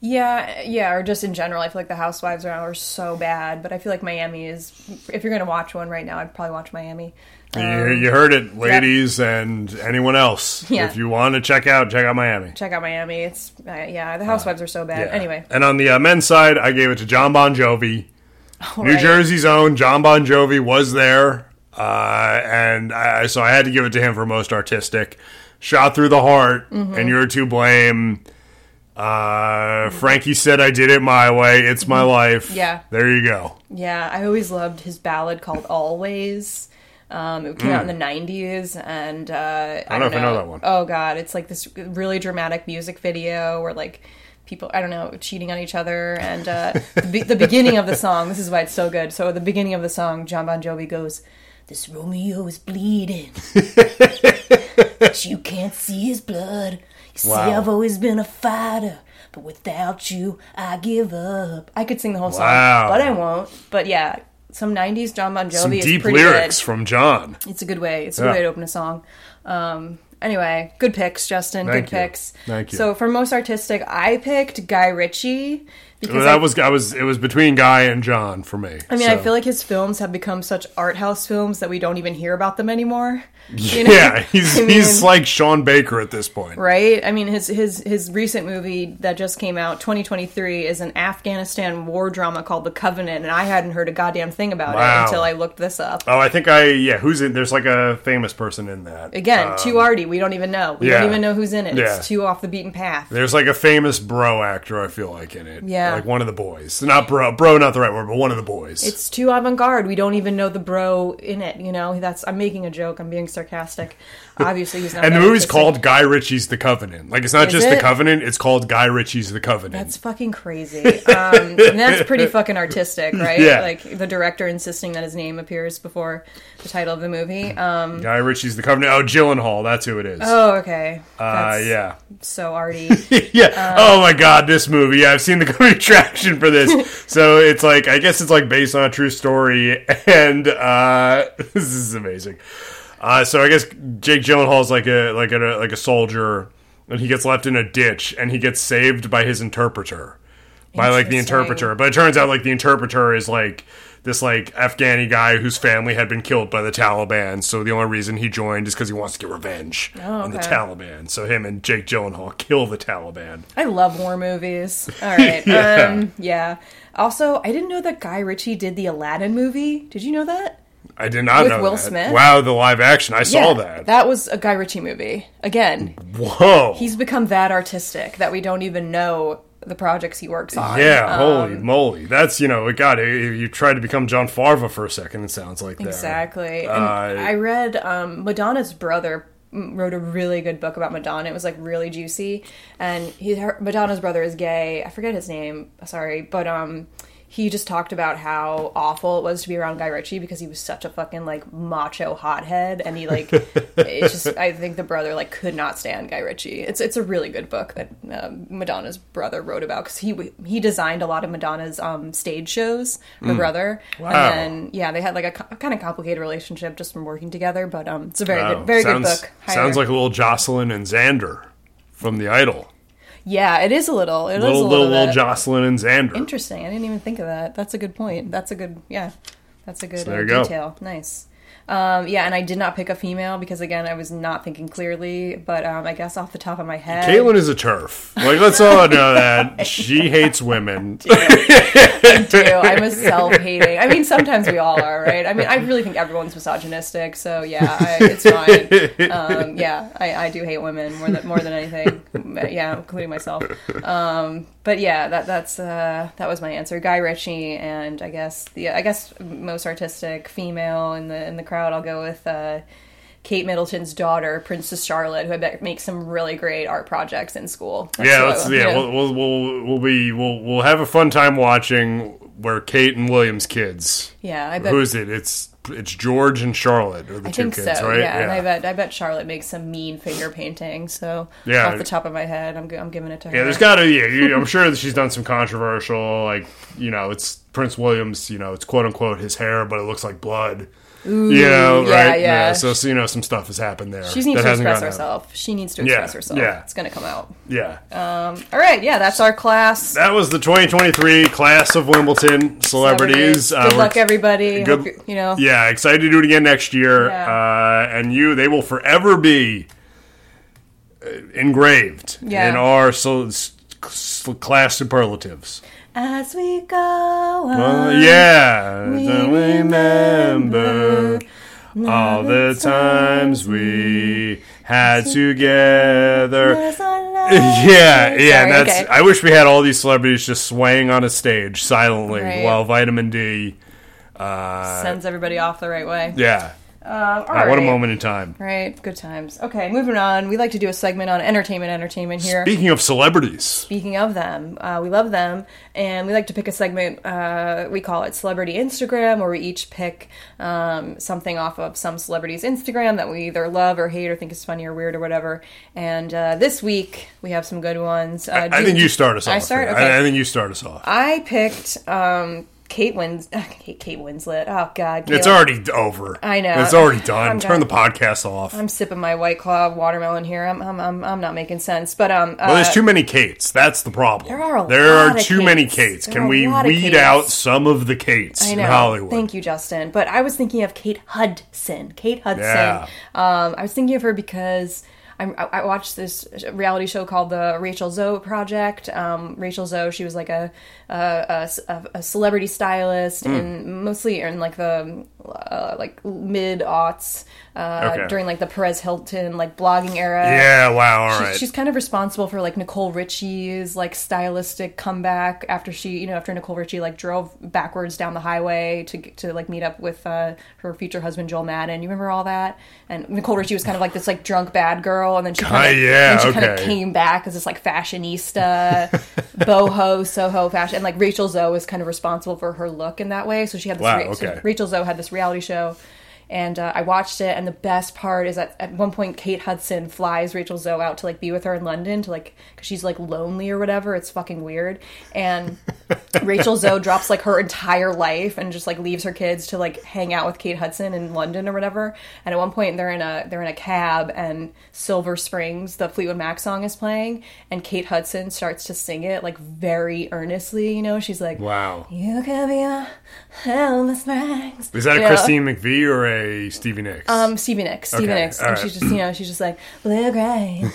Yeah, yeah, or just in general. I feel like the Housewives are, are so bad, but I feel like Miami is. If you're gonna watch one right now, I'd probably watch Miami. you, you heard it, ladies and anyone else. Um, Yeah. If you want to check out, check out Miami. check out Miami. It's uh, yeah, the housewives are so bad. Yeah. Anyway, And on the uh, men's side, I gave it to John Bon Jovi. New right. Jersey's own John Bon Jovi was there, uh, and I, so I had to give it to him for most artistic. Shot through the heart, Mm-hmm. and you're to blame. Uh, Frankie said, "I did it my way. It's my life." Mm-hmm. Yeah. there you go. yeah, I always loved his ballad called Always. Um, it came out in the '90s, and uh, I don't know if Hmm. I know that one. Oh god, it's like this really dramatic music video where like people I don't know cheating on each other, and uh, the, be- the beginning of the song. This is why it's so good. So at the beginning of the song, John Bon Jovi goes, "This Romeo is bleeding, but you can't see his blood. You see, Wow. I've always been a fighter." But without you, I give up. I could sing the whole song, Wow. but I won't. But yeah, some '90s John Bon Jovi Some is deep pretty lyrics good. from John. It's a good way. It's a good Yeah. way to open a song. Um, anyway, good picks, Justin. Thank good you. picks. Thank you. So for most artistic, I picked Guy Ritchie because Well, I, that was I was it was between Guy and John for me. I mean, I so. feel like his films have become such art house films that we don't even hear about them anymore. You know? yeah, he's I mean- he's like Sean Baker at this point. Right? I mean, his his his recent movie that just came out, 2023, is an Afghanistan war drama called The Covenant, and I hadn't heard a goddamn thing about Wow. it until I looked this up. Oh, I think I yeah. Who's in? There's like a famous person in that. Again, too arty. We don't even know. We Um, yeah. don't even know who's in it. Yeah. It's too off the beaten path. There's like a famous bro actor. I feel like in it. Yeah. like one of the boys. Not bro, bro, not the right word, but one of the boys. It's too avant garde. We don't even know the bro in it. You know, that's I'm making a joke. I'm being sarcastic. Obviously, he's not. and the that movie's artistic. called Guy Ritchie's The Covenant. Like it's not Is just The it? Covenant. It's called Guy Ritchie's The Covenant. That's fucking crazy. Um, and that's pretty fucking artistic, right? Yeah. Like the director insisting that his name appears before the title of the movie. Um, Guy Ritchie's The Covenant. Oh, Gyllenhaal. That's who it is. oh, okay. uh, That's yeah. So arty. yeah. oh my god, this movie. Yeah, I've seen the comedy traction for this. so it's like I guess it's like based on a true story, and uh, this is amazing. Uh, so I guess Jake Gyllenhaal's like a like a like a soldier, and he gets left in a ditch, and he gets saved by his interpreter, by like the Interesting. interpreter. But it turns out like the interpreter is like this like Afghani guy whose family had been killed by the Taliban. So the only reason he joined is because he wants to get revenge on the Oh, okay. Taliban. So him and Jake Gyllenhaal kill the Taliban. I love war movies. All right. Yeah. yeah. Um, yeah. Also, I didn't know that Guy Ritchie did the Aladdin movie. Did you know that? I did not With know Will that. Smith? Wow, the live action. I saw Yeah, that. That was a Guy Ritchie movie. Again, Whoa. he's become that artistic that we don't even know the projects he works on. yeah, Um, holy moly. That's, you know, God, i- if you tried to become John Farva for a second, it sounds like that. exactly. And Uh, I read um, Madonna's brother mm, wrote a really good book about Madonna. It was like really juicy, and he her, Madonna's brother is gay. I forget his name. Sorry, but um. He just talked about how awful it was to be around Guy Ritchie because he was such a fucking like macho hothead, and he like it's just I think the brother like could not stand Guy Ritchie. It's it's a really good book that um Madonna's brother wrote about because he he designed a lot of Madonna's um, stage shows. Her brother, Hmm. Wow. and then yeah, they had like a, kind of complicated relationship just from working together. But um, it's a very Wow. good, very sounds, good book. Highly Sounds rec- like a little Jocelyn and Xander from The Idol. yeah, it is a little, it is Little, a little, little, little bit. Jocelyn and Xander. Interesting. I didn't even think of that. That's a good point. That's a good yeah. That's a good there uh, you go. detail. Nice. Um, yeah, and I did not pick a female because again, I was not thinking clearly. But um, I guess off the top of my head, Caitlin is a turf. Like, let's all know that. She hates women. do. I'm a self-hating. I mean, sometimes we all are, right? I mean, I really think everyone's misogynistic, so yeah, I, it's fine. Um, yeah, I, I do hate women more than more than anything. Yeah, including myself. Um, but yeah, that that's uh, that was my answer. Guy Ritchie, and I guess the I guess most artistic female in the in the crowd. I'll go with. Uh, Kate Middleton's daughter, Princess Charlotte, who I bet makes some really great art projects in school. That's yeah, who I let's, would- yeah, We'll, we'll we'll we'll be we'll we'll have a fun time watching where Kate and William's kids. yeah. I bet Who is it? It's it's George and Charlotte are the I two think kids, so. right? Yeah, and I bet I bet Charlotte makes some mean finger painting. So Yeah. off the top of my head, I'm, gi- I'm giving it to her. Yeah, there's got to yeah. You, I'm sure that she's done some controversial, like you know, it's Prince William's, you know, it's quote unquote his hair, but it looks like blood. Ooh, you know, yeah, right? yeah. So, so, you know, some stuff has happened there. she needs that to hasn't express gotten out. herself. She needs to Yeah, express herself. yeah. It's gonna come out. Yeah, All right, yeah, that's our class. that was the 2023 class of Wimbledon celebrities. Celebrities. Good we're- luck, everybody. good- Hope you- you know, Yeah, excited to do it again next year. Yeah. Uh, and you, they will forever be uh, engraved Yeah. in our so, s- s- class superlatives. as we go on. Uh, yeah, don't remember all the times we had together. as our lives- Yeah, yeah, Sorry, and that's. okay. I wish we had all these celebrities just swaying on a stage silently Right. while Vitamin D. Uh, Sends everybody off the right way. yeah. Uh, all Ah, what a right. moment in time. Right, good times. Okay, moving on. We like to do a segment on entertainment, entertainment here. Speaking of celebrities, Speaking of them, uh, we love them, and we like to pick a segment. Uh, we call it Celebrity Instagram, where we each pick um, something off of some celebrity's Instagram that we either love or hate or think is funny or weird or whatever. And uh, this week we have some good ones. Uh, I do- think you start us off. I start. here. Okay. I, I think you start us off. I picked um, Kate Wins. Kate, Kate Winslet. Oh God, Kate it's already over. I know. It's already done. I'm Turn done. the podcast off. I'm sipping my White Claw watermelon here. I'm I'm I'm, I'm not making sense, but um. Well, uh, there's too many Kates. That's the problem. There are a lot of too many Kates. Kates. There Can are a we lot of weed Kates. out some of the Kates I in know. Hollywood? Thank you, Justin. But I was thinking of Kate Hudson. Kate Hudson. Yeah. Um, I was thinking of her because I, I watched this reality show called the Rachel Zoe Project. Um, Rachel Zoe, she was like a a, a, a celebrity stylist Hmm. and mostly in like the uh, like mid aughts uh, Okay. during like the Perez Hilton like blogging era. Yeah. Wow. All right. She's kind of responsible for like Nicole Richie's like stylistic comeback after she, you know, after Nicole Richie like drove backwards down the highway to to like meet up with uh, her future husband Joel Madden. You remember all that? And Nicole Richie was kind of like this like drunk bad girl, and then she Ah, kind of yeah, she kind of okay. came back as this like fashionista, boho soho fashion, and like Rachel Zoe was kind of responsible for her look in that way. So she had this Wow, re- so okay. Rachel Zoe had this reality show, and uh, I watched it. And the best part is that at one point, Kate Hudson flies Rachel Zoe out to like be with her in London to like because she's like lonely or whatever. It's fucking weird. And Rachel Zoe drops like her entire life and just like leaves her kids to like hang out with Kate Hudson in London or whatever. And at one point, they're in a they're in a cab and Silver Springs, the Fleetwood Mac song is playing, and Kate Hudson starts to sing it like very earnestly. You know, she's like, wow. you could be a Silver Springs. Is that a You know? Christine McVie or a Stevie Nicks? Um, Stevie Nicks. Stevie Okay, Nicks. all And right. she's just, you know, she's just like, blue gray. Uh,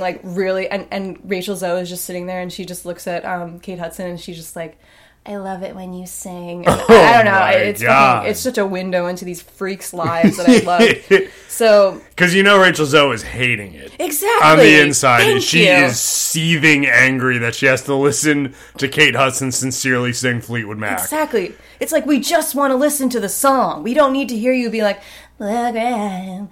like, really. And, and Rachel Zoe is just sitting there and she just looks at um, Kate Hudson and she's just like, I love it when you sing. And I don't know. Oh my It's God. fucking, it's such a window into these freaks' lives that I love. so, Because you know Rachel Zoe is hating it. exactly. On the inside, and Thank she you. is seething angry that she has to listen to Kate Hudson sincerely sing Fleetwood Mac. Exactly. It's like we just want to listen to the song. We don't need to hear you be like, "Look at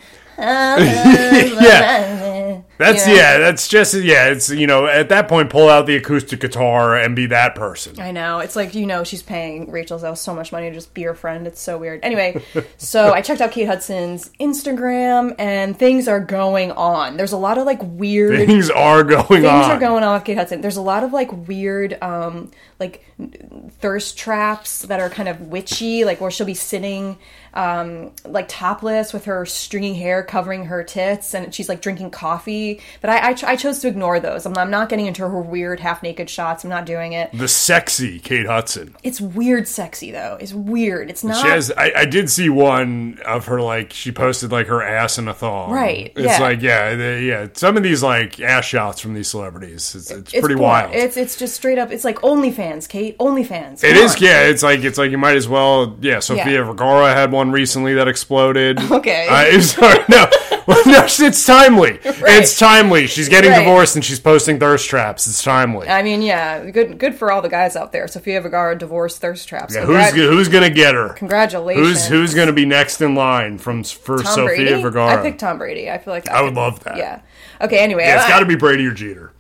yeah. That's You know? yeah, that's just yeah, it's you know, at that point pull out the acoustic guitar and be that person. I know. It's like you know she's paying Rachel Zoe so much money to just be her friend. It's so weird. Anyway, so I checked out Kate Hudson's Instagram and things are going on. There's a lot of like weird Things are going on. things are going on with Kate Hudson. There's a lot of like weird, um, like n- thirst traps that are kind of witchy, like where she'll be sitting, um, like topless with her stringy hair covering her tits, and she's like drinking coffee. But I, I, ch- I chose to ignore those. I'm, I'm not getting into her weird half naked shots. I'm not doing it. The sexy Kate Hudson. It's weird, sexy though. It's weird. It's not. She has. I, I did see one of her like she posted like her ass in a thong. Right, It's yeah. like yeah, they, yeah. Some of these like ass shots from these celebrities. It's, it's, it's pretty porn. wild. It's, It's it's just straight up. It's like OnlyFans, Kate. OnlyFans. Come on. Yeah. It's like it's like you might as well. Yeah. Sofia Yeah. Vergara had one recently that exploded. Okay. I, am sorry. No. Well, no. It's timely. It's timely. She's getting Right. Uh, divorced and she's posting thirst traps. It's timely. I mean, yeah, good good for all the guys out there. Sofia Vergara divorced thirst traps. Yeah, who's Congrat- who's gonna get her? Congratulations. Who's who's gonna be next in line from for Tom Sofia Brady? Vergara? I picked Tom Brady. I feel like I would love that. Yeah. Okay. Anyway, yeah, it's I- got to be Brady or Jeter.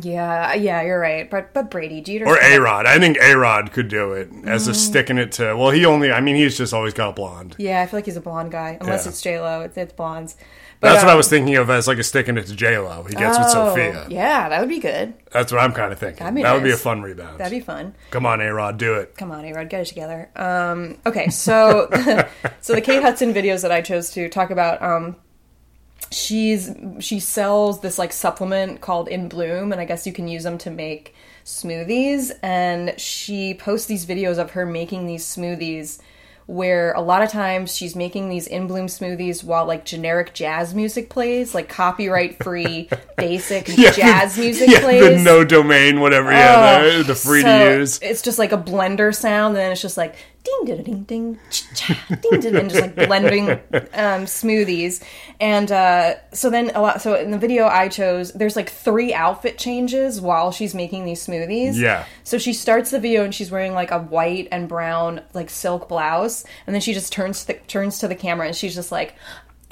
yeah, yeah, you're right. But but Brady Jeter Or A Rod. I think A Rod could do it as Mm. a sticking it to. Well, he only. I mean, he's just always got a blonde. Yeah, I feel like he's a blonde guy. Unless Yeah. it's J Lo, it's, it's blondes. But, That's what I um, was thinking of as like a sticking it to J Lo. He gets with oh, Sophia. Yeah, that would be good. That's what I'm kind of thinking. be that would be a nice. fun rebound. That'd be fun. Come on, A Rod, do it. Come on, A Rod, get it together. Um, okay, so so the Kate Hudson videos that I chose to talk about. Um, she's she sells this like supplement called In Bloom, and I guess you can use them to make smoothies. And she posts these videos of her making these smoothies. Where a lot of times she's making these in bloom smoothies while like generic jazz music plays, like copyright free basic jazz the, music yeah, plays. the no domain, whatever. yeah, Oh, the, the free so to use. It's just like a blender sound, and then it's just like ding ding ding ding cha, ding ding and just like blending um, smoothies. And uh, so then a lot. So in the video I chose, there's like three outfit changes while she's making these smoothies. Yeah. So she starts the video and she's wearing like a white and brown like silk blouse, and then she just turns to the, turns to the camera and she's just like.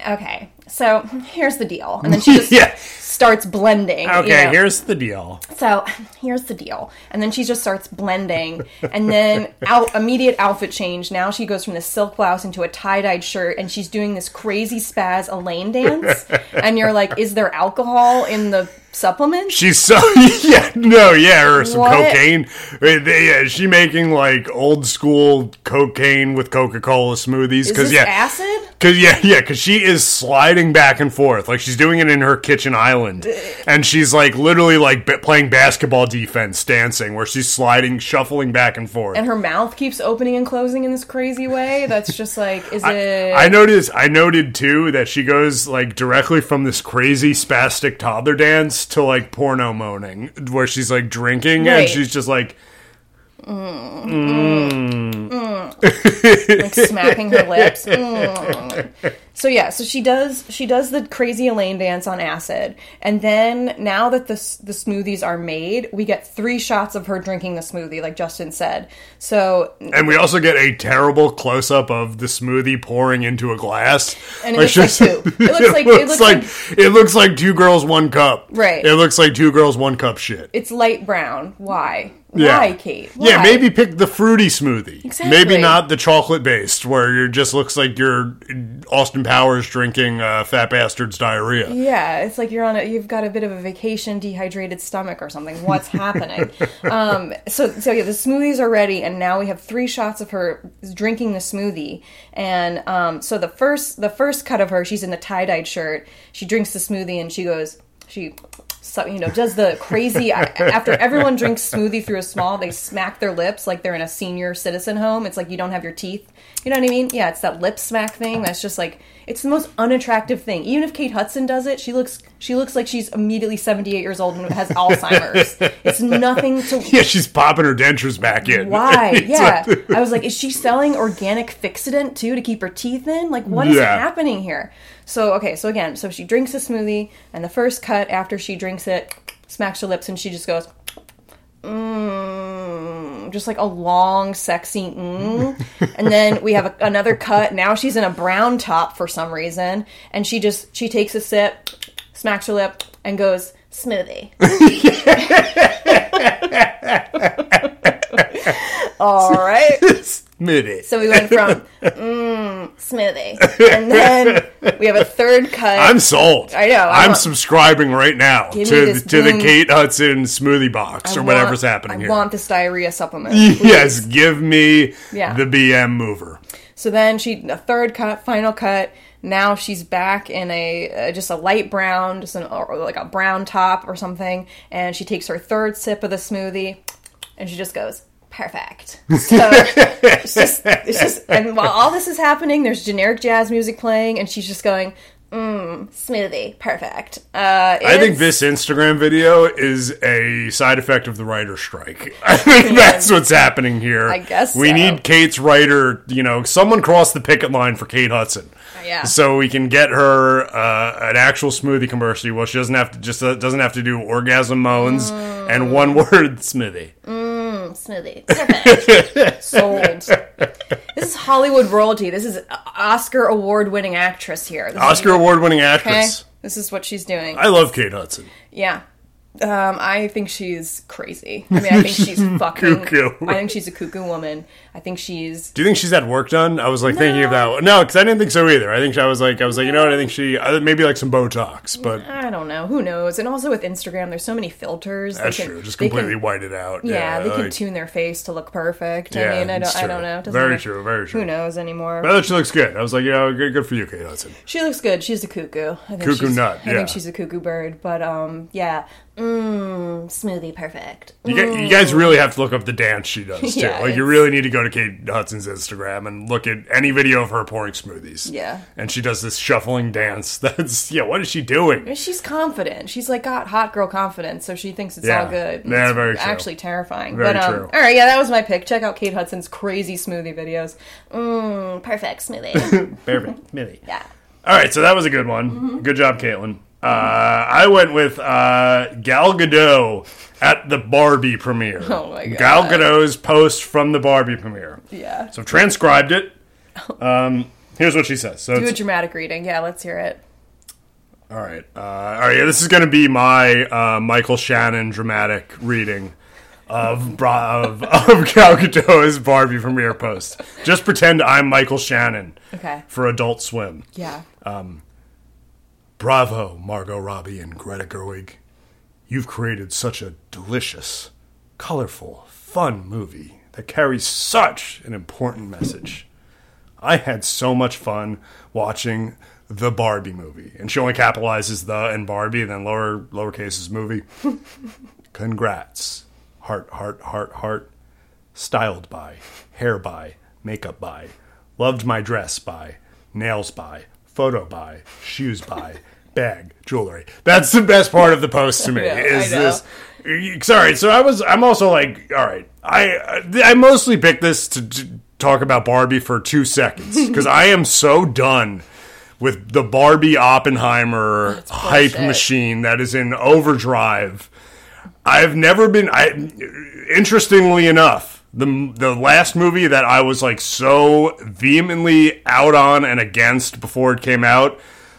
Okay, so here's the deal, and then she just Yeah. starts blending. you Okay, know. here's the deal. So here's the deal. And then she just starts blending. And then out immediate outfit change. Now she goes from this silk blouse into a tie-dyed shirt and she's doing this crazy spaz Elaine dance. And you're like, is there alcohol in the supplements? She's so yeah no yeah or some What? cocaine. Uh, they- yeah, is she making like old school cocaine with Coca Cola smoothies? Is this Because yeah, acid? Cause yeah, yeah, cause she is sliding back and forth like she's doing it in her kitchen island, and she's like literally like b- playing basketball defense, dancing where she's sliding, shuffling back and forth. And her mouth keeps opening and closing in this crazy way. That's just like, is it I noticed, I noted too that she goes like directly from this crazy spastic toddler dance to like porno moaning, where she's like drinking and Right. she's just like, like smacking her lips. Mm. So yeah, so she does she does the crazy Elaine dance on acid, and then now that the s- the smoothies are made, we get three shots of her drinking the smoothie, like Justin said. So and we also get a terrible close up of the smoothie pouring into a glass. And it looks like poop. It looks like- it looks like it looks like two girls one cup. Right. It looks like two girls one cup shit. it's light brown. Why? Yeah. Why, Kate? Yeah, Why? maybe pick the fruity smoothie. Exactly. Maybe not the chocolate based, where it just looks like you're Austin Powers drinking uh, Fat Bastard's diarrhea. Yeah, it's like you're on a you've got a bit of a vacation, dehydrated stomach or something. What's happening? um, so so yeah, the smoothies are ready, and now we have three shots of her drinking the smoothie. And um, so the first the first cut of her, she's in a tie dyed shirt. She drinks the smoothie, and she goes she. So, you know, does the crazy after everyone drinks smoothie through a small, they smack their lips like they're in a senior citizen home. It's like you don't have your teeth. You know what I mean? Yeah, it's that lip smack thing. That's just like it's the most unattractive thing. Even if Kate Hudson does it, she looks she looks like she's immediately 78 years old and has Alzheimer's. it's nothing to Yeah, she's popping her dentures back in. why? It's Yeah. like- I was like, is she selling organic fixidant too to keep her teeth in? Like, what is Yeah. happening here? So, okay, so again, so she drinks a smoothie, and the first cut after she drinks it, smacks her lips, and she just goes, mmm, just like a long, sexy mmm. and then we have a, another cut. Now she's in a brown top for some reason, and she just, she takes a sip, smacks her lip, and goes, smoothie. All right. Smoothie. So we went from mm, smoothie, and then we have a third cut. I'm sold. I know, I I'm want- subscribing right now me to this to the boom. Kate Hudson smoothie box or I whatever's want- happening I here. want this diarrhea supplement. yes, give me Yeah. the BM mover. So then she a third cut, final cut. Now she's back in a uh, just a light brown, just an or like a brown top or something, and she takes her third sip of the smoothie, and she just goes perfect. So it's just it's just and while all this is happening, there's generic jazz music playing, and she's just going. Mmm, smoothie, perfect. Uh, I think it's- this Instagram video is a side effect of the writer strike. I think that's what's happening here. I guess we so. need Kate's writer. You know, someone cross the picket line for Kate Hudson. Yeah. So we can get her uh, an actual smoothie commercial. Well, she doesn't have to just uh, doesn't have to do orgasm moans Mm. and one word smoothie. smoothie. Perfect. Sold. This is Hollywood royalty. This is Oscar award winning actress here. This is- Oscar award winning okay? actress. This is what she's doing. I love Kate Hudson. Yeah. Um, I think she's crazy. I mean, I think she's fucking. Cuckoo. I think she's a cuckoo woman. I think she's. Do you think she's had work done? I was like thinking of that. One. No, because I didn't think so either. I think I was like I was like you know what I think she uh, maybe like some Botox, but I don't know. Who knows? And also with Instagram, there's so many filters. That's they can, true. Just they can- completely white it out. yeah, they can like- tune their face to look perfect. Yeah, I mean, I it's don't. I true. don't know. It doesn't Very matter. true, very true. Who knows anymore? I thought she looks good. I was like, yeah, good, good for you, Kate Hudson. She looks good. She's a cuckoo. I think Cuckoo she's, nut, I yeah. think she's a cuckoo bird. But um, yeah. Mm, Smoothie perfect. You, gu- you guys really have to look up the dance she does too. Yeah, like you it's- really need to go to Kate Hudson's Instagram and look at any video of her pouring smoothies. Yeah. And she does this shuffling dance. That's yeah. What is she doing? She's confident. She's like got hot girl confidence, so she thinks it's Yeah. all good. Yeah, It's very true. Actually terrifying. Very but um, true. all right, yeah, that was my pick. Check out Kate Hudson's crazy smoothie videos. Mmm, perfect smoothie. Perfect, Millie. yeah. All right, so that was a good one. Mm-hmm. Good job, Caitlin. Uh, I went with uh, Gal Gadot at the Barbie premiere. Oh my God. Gal Gadot's post from the Barbie premiere. Yeah. So I've transcribed it. Um, here's what she says. So Do a it's, dramatic reading. Yeah, let's hear it. all right, uh, all right. Yeah, this is going to be my uh, Michael Shannon dramatic reading of Bra- of, of Gal Gadot's Barbie premiere post. Just pretend I'm Michael Shannon Okay. for Adult Swim. Yeah. Bravo, Margot Robbie and Greta Gerwig. You've created such a delicious, colorful, fun movie that carries such an important message. I had so much fun watching the Barbie movie, and she only capitalizes the and Barbie, then lower lowercases movie. Congrats, heart, heart, heart, heart. Styled by, hair by, makeup by, loved my dress by, nails by, photo by, shoes by, bag, jewelry. That's the best part of the post to me. Yeah, I is know. this? Sorry, so I was. I'm also like, all right. I I mostly picked this to, to talk about Barbie for two seconds because I am so done with the Barbie Oppenheimer hype bullshit. machine that is in overdrive. I've never been. I, interestingly enough, the the last movie that I was like so vehemently out on and against before it came out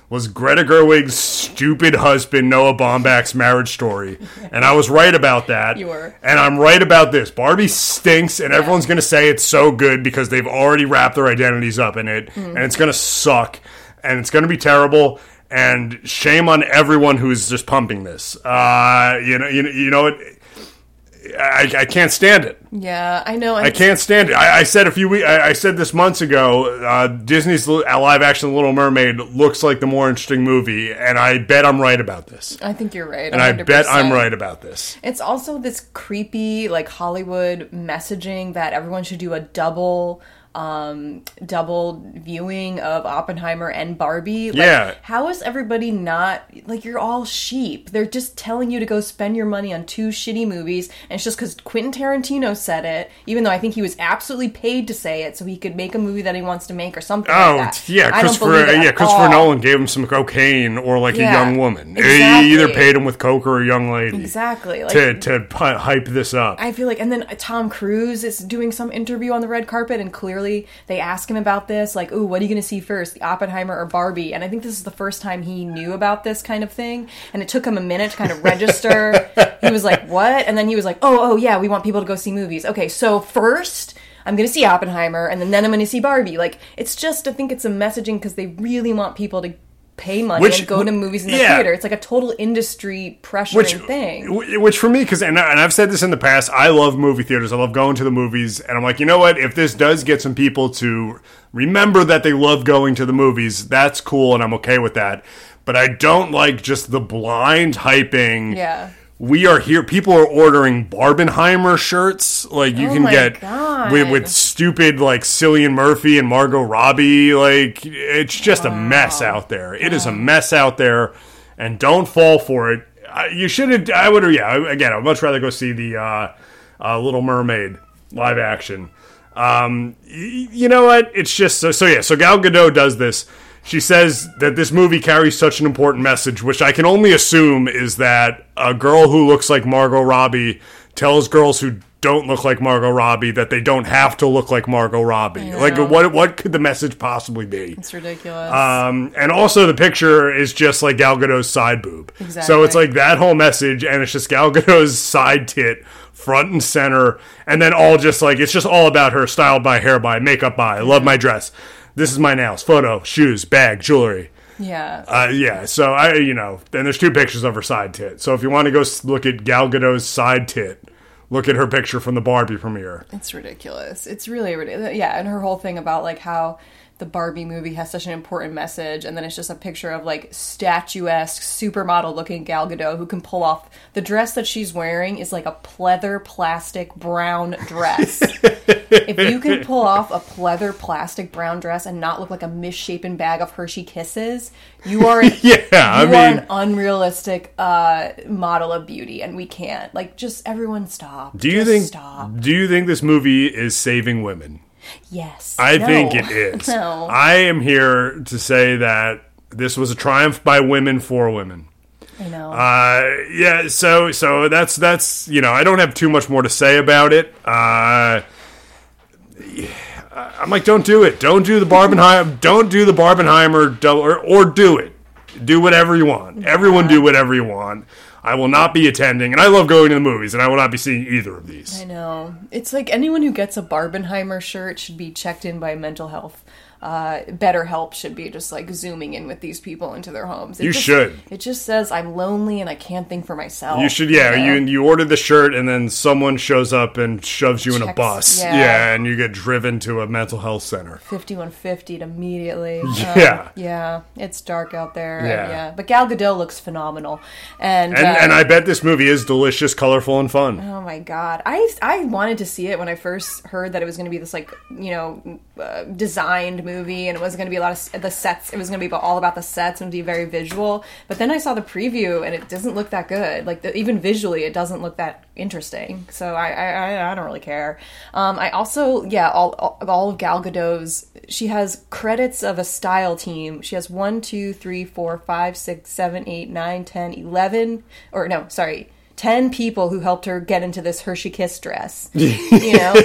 was Greta Gerwig's stupid husband Noah Baumbach's Marriage Story, and I was right about that. You were. and I'm right about this. Barbie stinks, and everyone's gonna say it's so good because they've already wrapped their identities up in it, and it's gonna suck, and it's gonna be terrible. And shame on everyone who's just pumping this. Uh, you know, you know, you know it. I, I can't stand it. yeah, I know. And I can't stand it. I, I said a few weeks. I, I said this months ago. Uh, Disney's li- live action Little Mermaid looks like the more interesting movie, and I bet I'm right about this. I think you're right. And I bet I'm right about this. It's also this creepy like Hollywood messaging that everyone should do a double um double viewing of Oppenheimer and Barbie. Like, Yeah. How is everybody not like you're all sheep? They're just telling you to go spend your money on two shitty movies and it's just cuz Quentin Tarantino said it, even though I think he was absolutely paid to say it so he could make a movie that he wants to make or something Oh like that. t- yeah, I don't Christopher. believe it at Yeah, Christopher all. Nolan gave him some cocaine or like a Yeah, young woman. He exactly. either paid him with coke or a young lady. Exactly. Like To to pi- hype this up. I feel like, and then Tom Cruise is doing some interview on the red carpet, and clearly they ask him about this, like, "Ooh, what are you going to see first, the Oppenheimer or Barbie?" And I think this is the first time he knew about this kind of thing, and it took him a minute to kind of register. he was like, "What?" And then he was like, "Oh, oh, yeah, we want people to go see movies. Okay, so first I'm going to see Oppenheimer, and then, then I'm going to see Barbie." Like, it's just, I think it's a messaging because they really want people to pay money Which- and go to movies in the yeah. theater. It's like a total industry pressuring thing. w- Which for me, because and, and I've said this in the past, I love movie theaters. I love going to the movies, and I'm like, you know what? If this does get some people to remember that they love going to the movies, that's cool, and I'm okay with that. But I don't like just the blind hyping. Yeah. We are here. People are ordering Barbenheimer shirts. Like you Oh can my get God. with, with stupid like Cillian Murphy and Margot Robbie. Like it's just a mess out there. It is a mess out there, and don't fall for it. I, you shouldn't. I would. Yeah. I- Again, I'd much rather go see the uh, uh, Little Mermaid live action. Um, y- you know what? It's just so. So yeah. So Gal Gadot does this. She says that this movie carries such an important message, which I can only assume is that a girl who looks like Margot Robbie tells girls who don't look like Margot Robbie that they don't have to look like Margot Robbie. Like what what could the message possibly be? It's ridiculous. Um, and also the picture is just like Gal Gadot's side boob. So Exactly. it's like that whole message, and it's just Gal Gadot's side tit front and center, and then all just like it's just all about her style by, hair by, makeup by. I love my dress. This is my nails, photo, shoes, bag, jewelry. yeah. Uh, yeah, so I, you know, and there's two pictures of her side tit. So if you want to go s- look at Gal Gadot's side tit, Look at her picture from the Barbie premiere. It's ridiculous. It's really ridiculous. Yeah, and her whole thing about like how the Barbie movie has such an important message, and then it's just a picture of like statuesque, supermodel-looking Gal Gadot who can pull off the dress that she's wearing is like a pleather plastic brown dress. if you can pull off a pleather plastic brown dress and not look like a misshapen bag of Hershey Kisses, you are an, Yeah, I you are mean, an unrealistic uh, model of beauty, and we can't. Like, just everyone stop. do you Just think stop? do you think this movie is saving women? Yes. I No. think it is. No. I am here to say that this was a triumph by women for women. I know. Uh, yeah, so so that's that's you know I don't have too much more to say about it. Uh, yeah, I'm like, don't do it. Don't do the Barbenheimer. Don't do the Barbenheimer. dou- Or, or do it. Do whatever you want. Everyone do whatever you want. I will not be attending, and I love going to the movies, and I will not be seeing either of these. I know. It's like anyone who gets a Barbenheimer shirt should be checked in by mental health. Uh, BetterHelp should be just like zooming in with these people into their homes. It You just- should. It just says I'm lonely and I can't think for myself. You should, yeah. know? You you order the shirt, and then someone shows up and shoves you in a Checks- bus. yeah. yeah, and you get driven to a mental health center. 5150 immediately. Um, Yeah. yeah. It's dark out there. and Yeah. Yeah. But Gal Gadot looks phenomenal. And And, uh, and I bet this movie is delicious, colorful, and fun. Oh my god! I I wanted to see it when I first heard that it was going to be this like you know uh, designed movie, and it was going to be a lot of s- the sets. It was going to be about- all about the sets and be very visual. But then I saw the preview, and it doesn't look that good. Like the, even visually, it doesn't look that interesting. So I I, I, I don't really care. Um, I also yeah all all all of Gal Gadot's she has credits of a style team. She has one, two, three, four, five, six, seven, eight, nine, ten, eleven, or no, sorry. 10 people who helped her get into this Hershey Kiss dress. You know?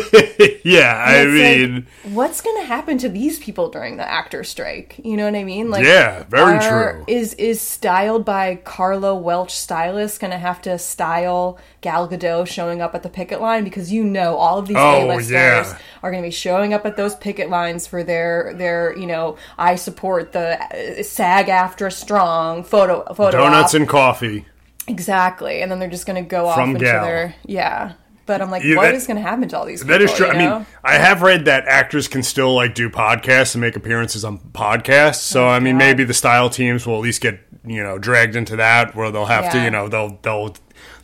Yeah, I It's like, mean, what's going to happen to these people during the actor strike? You know what I mean? Like, Yeah, very true. Is is styled by Carlo Welch stylist going to have to style Gal Gadot showing up at the picket line because you know all of these Oh, A-listers yeah. are going to be showing up at those picket lines for their their you know I support the uh, SAG after strong photo photo donuts op. and coffee. Exactly, and then they're just going to go From off into Gal. their yeah. But I'm like, what Yeah, is that- going to happen to all these? That is people, true. Oh, you I know? mean, I have read that actors can still like do podcasts and make appearances on podcasts. So Oh, I mean, maybe the style teams will at least get you know dragged into that where they'll have to Yeah. you know they'll they'll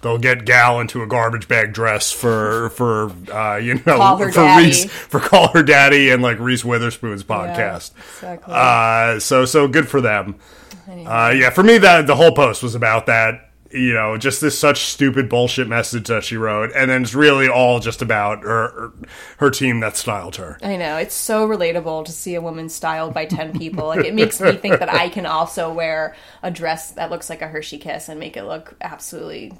they'll get Gal into a garbage bag dress for for uh, you know Call her for daddy. Reese for call her daddy and like Reese Witherspoon's podcast. exactly. Uh, so so good for them. Uh, yeah, for me that the whole post was about that. You know, just this such stupid bullshit message that she wrote, and then it's really all just about her her team that styled her. I know it's so relatable to see a woman styled by ten people. Like it makes me think that I can also wear a dress that looks like a Hershey kiss and make it look absolutely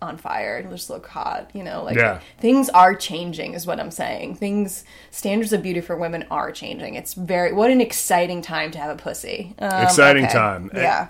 on fire and just look hot. You know, like Yeah. things are changing, is what I'm saying. Things standards of beauty for women are changing. It's very what an exciting time to have a pussy. Um, Exciting time. Yeah.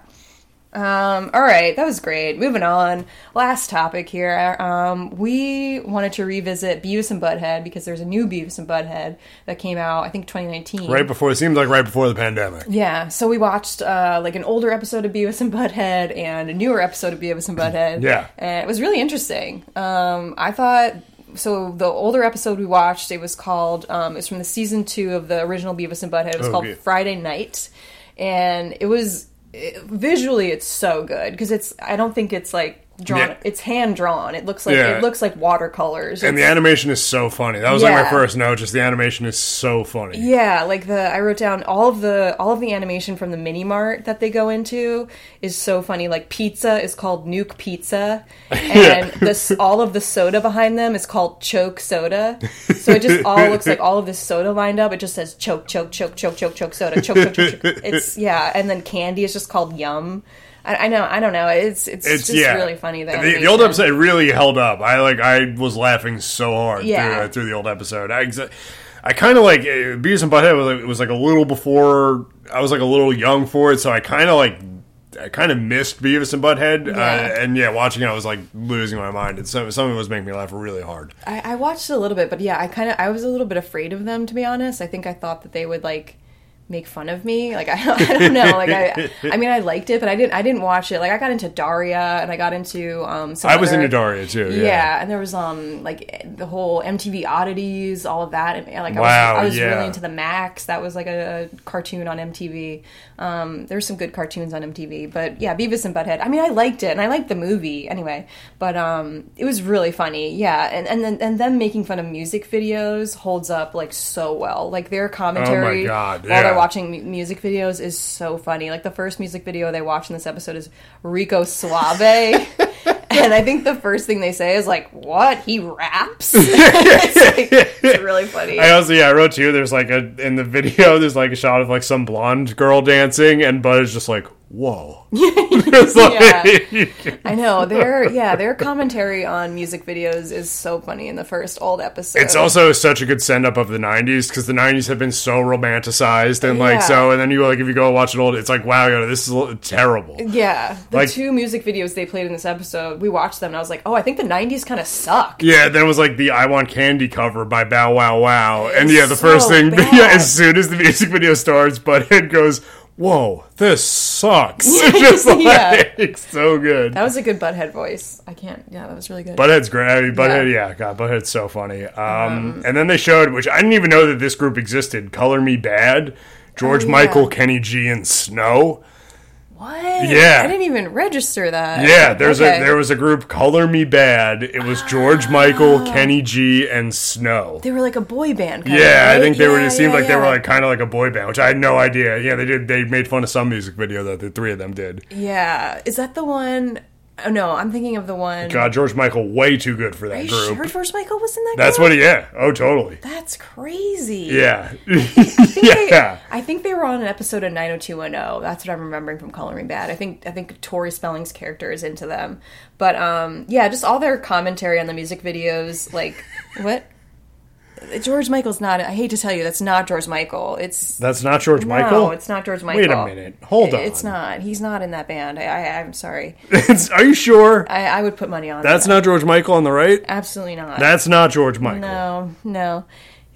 Um, all right, that was great. Moving on. Last topic here. Um, we wanted to revisit Beavis and Butthead because there's a new Beavis and Butthead that came out, I think 2019. Right before it seems like right before the pandemic. Yeah, so we watched uh, like an older episode of Beavis and Butthead and a newer episode of Beavis and Butthead. Yeah. and it was really interesting. Um, I thought so. The older episode we watched, it was called. Um, it's from the season two of the original Beavis and Butthead. It was Oh, called good. Friday Night, and it was it, visually it's so good because it's. I don't think it's like drawn. Yeah. It's hand drawn. It looks like Yeah. it looks like watercolors. And the It's- animation is so funny. That was like my Yeah. first note. Just the animation is so funny. Yeah, like the I wrote down all of the all of the animation from the mini mart that they go into is so funny. Like pizza is called Nuke Pizza, and this all of the soda behind them is called Choke Soda. So it just all looks like all of this soda lined up. It just says Choke Choke Choke Choke Choke Choke Soda Choke Choke Choke. choke. It's yeah, and then candy is just called Yum. I, I know, I don't know. It's it's, It's just yeah, really funny. The, the, the old animation. episode really held up. I like I was laughing so hard Yeah. through, through the old episode. I exa- I kind of like uh, Beavis and Butthead was like, was like a little before I was like a little young for it, so I kind of like I kind of missed Beavis and Butthead. Uh, Yeah. and yeah, watching it, I was like losing my mind. It's some some of it was making me laugh really hard. I, I watched a little bit, but yeah, I kind of I was a little bit afraid of them to be honest. I think I thought that they would like make fun of me. Like I, I don't know. Like I, I mean, I liked it, but I didn't. I didn't watch it. Like I got into Daria, and I got into um. Some I was other- into Daria too. Yeah. Yeah. and there was um like the whole MTV oddities, all of that, and like Wow, I was, I was yeah. really into the Max. That was like a, a cartoon on MTV. Um, there were some good cartoons on MTV, but yeah, Beavis and Butthead. I mean, I liked it, and I liked the movie anyway. But um, it was really funny, yeah. And and then and them making fun of music videos holds up like so well. Like their commentary Oh God, while yeah. they're watching mu- music videos is so funny. Like the first music video they watch in this episode is Rico Suave. And I think the first thing they say is like, "What he raps?" it's, like, it's really funny. I also yeah, I wrote to you. There's like a in the video. There's like a shot of like some blonde girl dancing, and Bud is just like, "Whoa!" It's like- I know their yeah their commentary on music videos is so funny in the first old episode. It's also such a good send up of the '90s because the '90s have been so romanticized and like Yeah. so. And then you like if you go watch it old, it's like, "Wow, yo, this is l- terrible." yeah the like- two music videos they played in this episode. We watched them and I was like, "Oh, I think the '90s kind of sucked." Yeah, then it was like the "I Want Candy" cover by Bow Wow Wow, and yeah, the so first thing, bad. yeah, as soon as the music video starts, Butthead goes, "Whoa, this sucks!" It's just like Yeah. so good. That was a good butthead voice. I can't. Yeah, that was really good. Butthead's great. I mean, Butthead, yeah. God, Butthead's so funny. Um, and then they showed, which I didn't even know that this group existed. Color Me Bad, George Oh, yeah. Michael, Kenny G, and Snow. what? Yeah. I didn't even register that. Yeah, there's Okay. a there was a group, Color Me Bad. It was George Michael, Ah. Kenny G, and Snow. They were like a boy band. Kind Yeah, of, I think they were. It just seemed like they were like kind of like a boy band, which I had no idea. Yeah, they did. They made fun of some music video that the three of them did. Yeah, is that the one oh no, I'm thinking of the one. God, George Michael, way too good for that Are you group. sure George Michael was in that? That's group? what. He, yeah. Oh, totally. That's crazy. Yeah. I think yeah. They, I think they were on an episode of 90210. That's what I'm remembering from Color Me Bad. I think I think Tori Spelling's character is into them. But um, yeah, just all their commentary on the music videos, like what. George Michael's not. I hate to tell you, that's not George Michael. It's That's not George Michael. no, it's not George Michael. Wait a minute. Hold on. It's not. He's not in that band. I, I, I'm sorry. It's- are you sure? I, I would put money on That's that. not George Michael on the right. Absolutely not. That's not George Michael. no, no.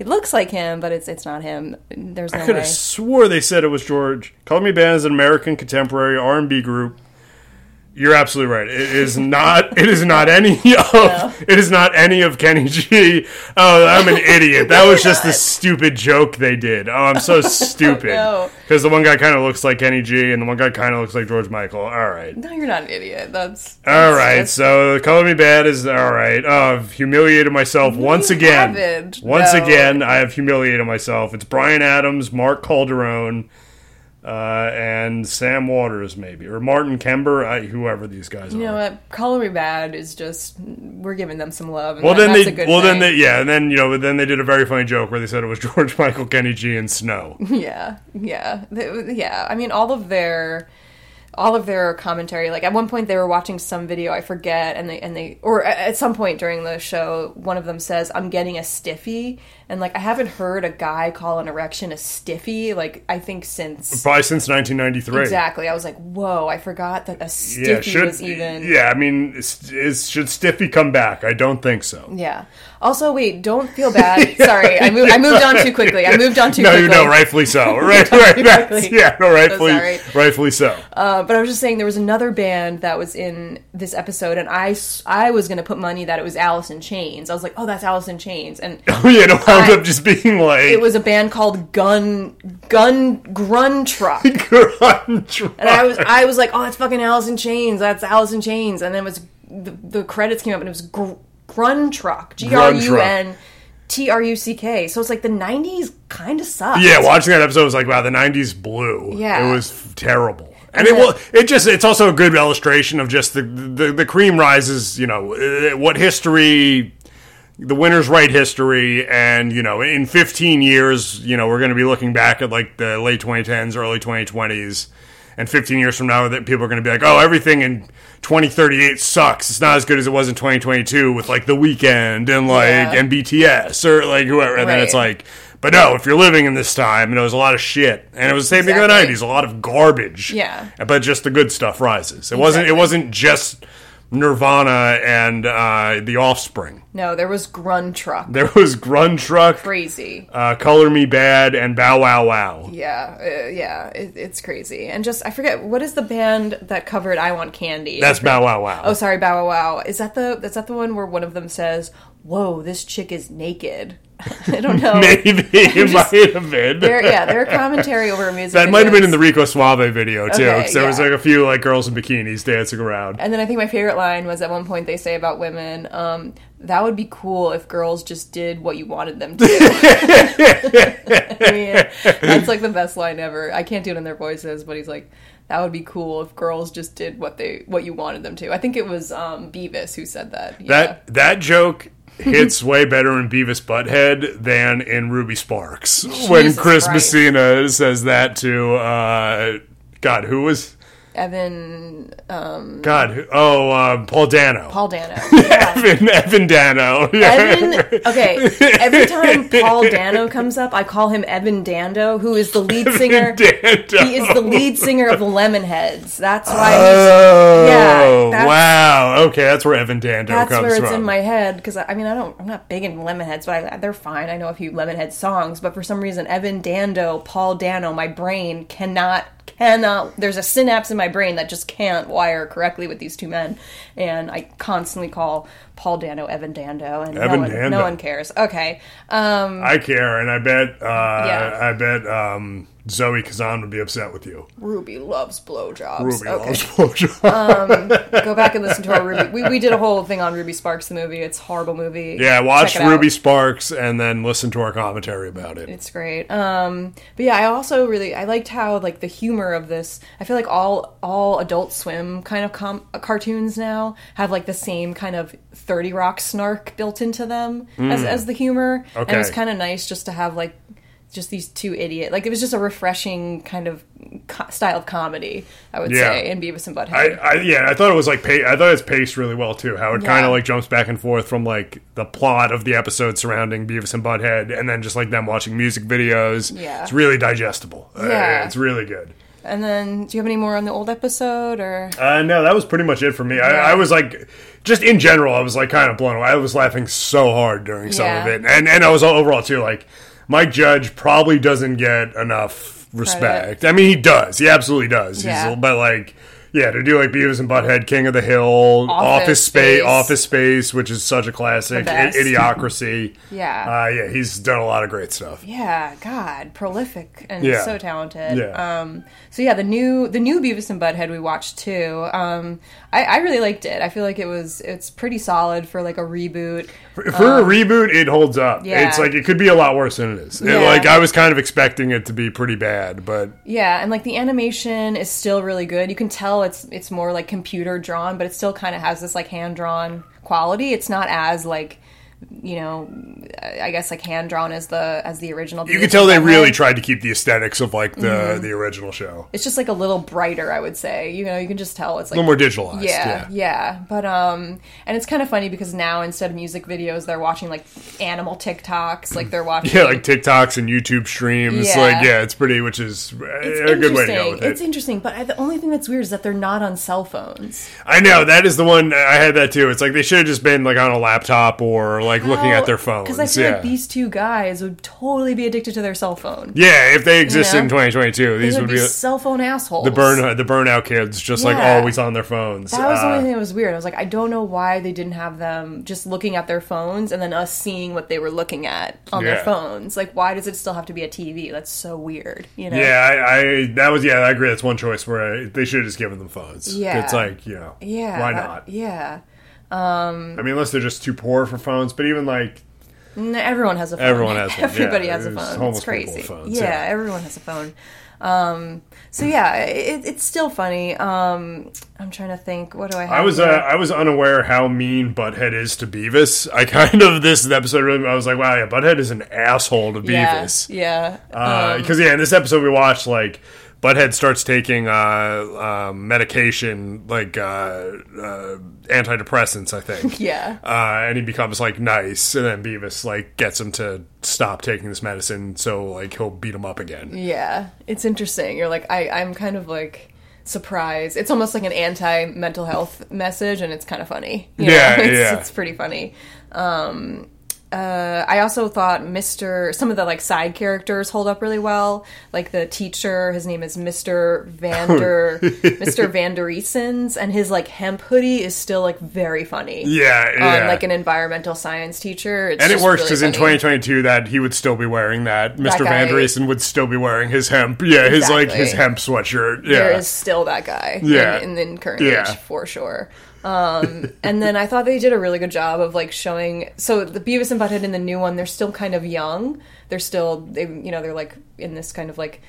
It looks like him, but it's it's not him. There's no Could way. have swore they said it was George. Color Me Band is an American contemporary R and B group. You're absolutely right. It is not. It is not any of. It is not any of Kenny G. Oh, I'm an idiot. That was just the stupid joke they did. Oh, I'm so stupid. no. Because the one guy kind of looks like Kenny G, and the one guy kind of looks like George Michael. All right. No, you're not an idiot. That's All right, so color me bad is all right. Oh, I've humiliated myself once again. haven't, Once no. again, I have humiliated myself. It's Brian Adams, Mark Calderon, uh, and Sam Waters, maybe, or Martin Kember, I, whoever these guys You are. know what? Color Me Bad is just we're giving them some love. And well, that- then that's they, a good well, then they, thing. yeah, and then you know, but then they did a very funny joke where they said it was George Michael, Kenny G, and Snow. yeah, yeah, They- yeah. I mean, all of their. All of their commentary, like at one point they were watching some video, I forget, and they and they, or a- at some point during the show, one of them says, "I'm getting a stiffy," and like I haven't heard a guy call an erection a stiffy, like I think since Probably since 1993. exactly. I was like, "Whoa!" I forgot that a stiffy Yeah, should was even. yeah, I mean, is, is, should Stiffy come back? I don't think so. Yeah. Also, wait, don't feel bad. Sorry, I, moved. I moved on too quickly. I moved on too no, quickly. you know, rightfully so. Right, right, that's- quickly. yeah, no, rightfully, sorry. rightfully so. Uh, but I was just saying there was another band that was in this episode, and I, s- I was going to put money that it was Alice in Chains. I was like, oh, that's Alice in Chains. And Oh yeah, it wound I- up just being like it was a band called Gun, Gun, Grun Truck. grunge. And I was, I was like, oh, that's fucking Alice in Chains. That's Alice in Chains. And then it was, the, the credits came up, and it was gr- Grun Truck. G R U N T R U C K. So it's like the 90s kind of sucked. yeah, watching that episode was like, wow, the '90s blew. Yeah. it was f- terrible. And it will. It just. It's also a good illustration of just the the, the cream rises. You know uh, what history. The winner's right history, and you know, in 15 years, you know, we're going to be looking back at like the late 2010s, early 2020s, and 15 years from now, that people are going to be like, oh, everything in 2038 sucks. It's not as good as it was in 2022 with like The Weekend and like Yeah. and BTS or like whoever. And then it's Right. like. like, but no, if you're living in this time, and it was a lot of shit, and it was the same thing in the Exactly. '90s, a lot of garbage. Yeah. but just the good stuff rises. It wasn't. It Exactly. wasn't just Nirvana and uh, The Offspring. No, there was Grun Truck. There was Grun Truck, Crazy. uh, Color Me Bad, and Bow Wow Wow. Yeah, uh, yeah, it, it's crazy. And just I forget what is the band that covered "I Want Candy." That's Bow Wow Wow. oh, sorry, Bow Wow Wow. Is that the that's that the one where one of them says, "Whoa, this chick is naked." I don't know. Maybe it might have been. Their- yeah, their commentary over music. that might have been videos. in the Rico Suave video too, Okay, 'cause there was yeah. like a few like girls in bikinis dancing around. And then I think my favorite line was at one point they say about women, um, that would be cool if girls just did what you wanted them to. do." I mean, that's like the best line ever. I can't do it in their voices, but he's like, that would be cool if girls just did what they what you wanted them to. I think it was um, Beavis who said that. Yeah. That that joke hits way better in Beavis Butthead than in Ruby Sparks. when Jesus Chris Christ. Messina says that to uh, God, who was Evan God? Who, oh, uh, Paul Dano. Paul Dano. Yeah. Evan, Evan Dano. Yeah. Evan, okay. Every time Paul Dano comes up, I call him Evan Dando, who is the lead singer. Dano. He is the lead singer of the Lemonheads. That's why. he's Oh, Yeah, that's- wow. Okay, that's where Evan Dando That's comes where it's from. in my head because I I mean I don't I'm not big in Lemonheads but I, they're fine I know a few Lemonhead songs but for some reason Evan Dando Paul Dano my brain cannot cannot there's a synapse in my brain that just can't wire correctly with these two men and I constantly call Paul Dano Evan Dando and Evan no one, Dando. no one cares okay um I care, and I bet, uh, Yeah. I bet um, Zoe Kazan would be upset with you. Ruby loves blowjobs Ruby okay loves blowjobs. go back and listen to our Ruby we, we did a whole thing on Ruby Sparks the movie it's a horrible movie yeah, watch Check it out. Ruby Sparks and then listen to our commentary about it. It's great. Um, but yeah, I also really I liked how like the humor of this. I feel like all all Adult Swim kind of com- cartoons now have like the same kind of Thirty Rock snark built into them as as the humor, and it was Hmm. Okay. kind of nice just to have like just these two idiot like it was just a refreshing kind of co- style of comedy I would Yeah. say in Beavis and Butthead. I, I, yeah, I thought it was like pa- I thought it's paced really well too. How it Yeah. kind of like jumps back and forth from like the plot of the episode surrounding Beavis and Butthead, and then just like them watching music videos. Yeah. it's really digestible. Uh, Yeah. it's really good. and then, do you have any more on the old episode or? Uh, no, that was pretty much it for me. Yeah. I, I was like, just in general, I was like kind of blown away. I was laughing so hard during some Yeah. of it, and and I was all overall too like, Mike Judge probably doesn't get enough respect. I mean, he does. He absolutely does. Yeah. He's, but like. Yeah, to do like Beavis and Butthead, King of the Hill, Office, Office Space, Space. Office Space, which is such a classic, I- best. Idiocracy. Yeah. uh, yeah, he's done a lot of great stuff. Yeah, God, prolific and Yeah. so talented. Yeah. Um, so yeah, the new the new Beavis and Butthead we watched too. Um, I, I really liked it. I feel like it was it's pretty solid for like a reboot. For a reboot, it holds up. Um, yeah. It's like it could be a lot worse than it is. It- Yeah. like I was kind of expecting it to be pretty bad, but Yeah, and like the animation is still really good. You can tell it's it's more like computer drawn, but it still kind of has this like hand drawn quality. It's not as like you know, I guess like hand drawn as the as the original. you Beavis could tell they and really Butthead. tried to keep the aesthetics of like the Mm-hmm. the original show. It's just like a little brighter, I would say. You know, you can just tell it's A like little more digitalized. yeah, Yeah. yeah, But um, and it's kind of funny because now instead of music videos, they're watching like animal TikToks, like they're watching. Yeah, like TikToks and YouTube streams. Yeah. Like, yeah, it's pretty, which is uh, a good way to go Interesting. with It's it. interesting, but I, the only thing that's weird is that they're not on cell phones. I know that is the one I had that too. It's like they should have just been like on a laptop or like looking at their phones. Because I feel yeah. like these two guys would totally be addicted to their cell phone. yeah, if they existed know? in 2022, these These would be cell phone assholes. the burn the burnout kids, just like Yeah. always on their phones. That was the Uh, only thing that was weird. I was like, I don't know why they didn't have them just looking at their phones and then us seeing what they were looking at on Yeah. their phones. Like, why does it still have to be a TV? That's so weird. You know? yeah, I, I that was yeah, I agree. That's one choice where I, they should have just given them phones. Yeah. it's like you know, Yeah. why that- not? Yeah. I mean, unless they're just too poor for phones. But even like, No, everyone has a phone. Everyone has one, Everybody yeah. has a There's phone. homeless It's people crazy. with phones, yeah, yeah. everyone has a phone. Um, so yeah, it, it's still funny. Um, I'm trying to think. What do I have? I was uh, here? I was unaware how mean Butthead is to Beavis. I kind of this episode really I was like, wow, yeah, Butthead is an asshole to yeah, Um, Beavis. Uh, yeah. because yeah, in this episode we watched like Butthead starts taking uh, uh, medication like uh, uh, antidepressants, I think. Yeah. Uh, and he becomes like nice, and then Beavis like gets him to stop taking this medicine, so like he'll beat him up again. Yeah, it's interesting. You're like, I, I'm kind of like, surprise. It's almost like an anti mental health message, and it's kind of funny. you Yeah, it's, yeah. it's pretty funny. Um, uh, I also thought Mister. Some of the like side characters hold up really well. Like the teacher, his name is Mister Vander Mister Vandereesens, and his like hemp hoodie is still like very funny. Yeah, yeah. on Um, like an environmental science teacher. It's and it just works really because in funny. 2022 that he would still be wearing that. Mr. guy- Van Dresen would still be wearing his hemp. Yeah, his like his Exactly. hemp sweatshirt. Yeah. there is still that guy Yeah. in, in, in current Yeah. age for sure. Um, and then I thought they did a really good job of like showing. So the Beavis and Butthead in the new one, they're still kind of young. They're still, they you know, they're like in this kind of like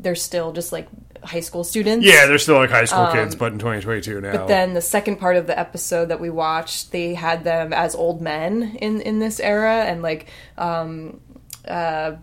they're still just like high school students. yeah, they're still like high school kids, but in 2022 now. Um, Then the second part of the episode that we watched, they had them as old men in in this era, and like I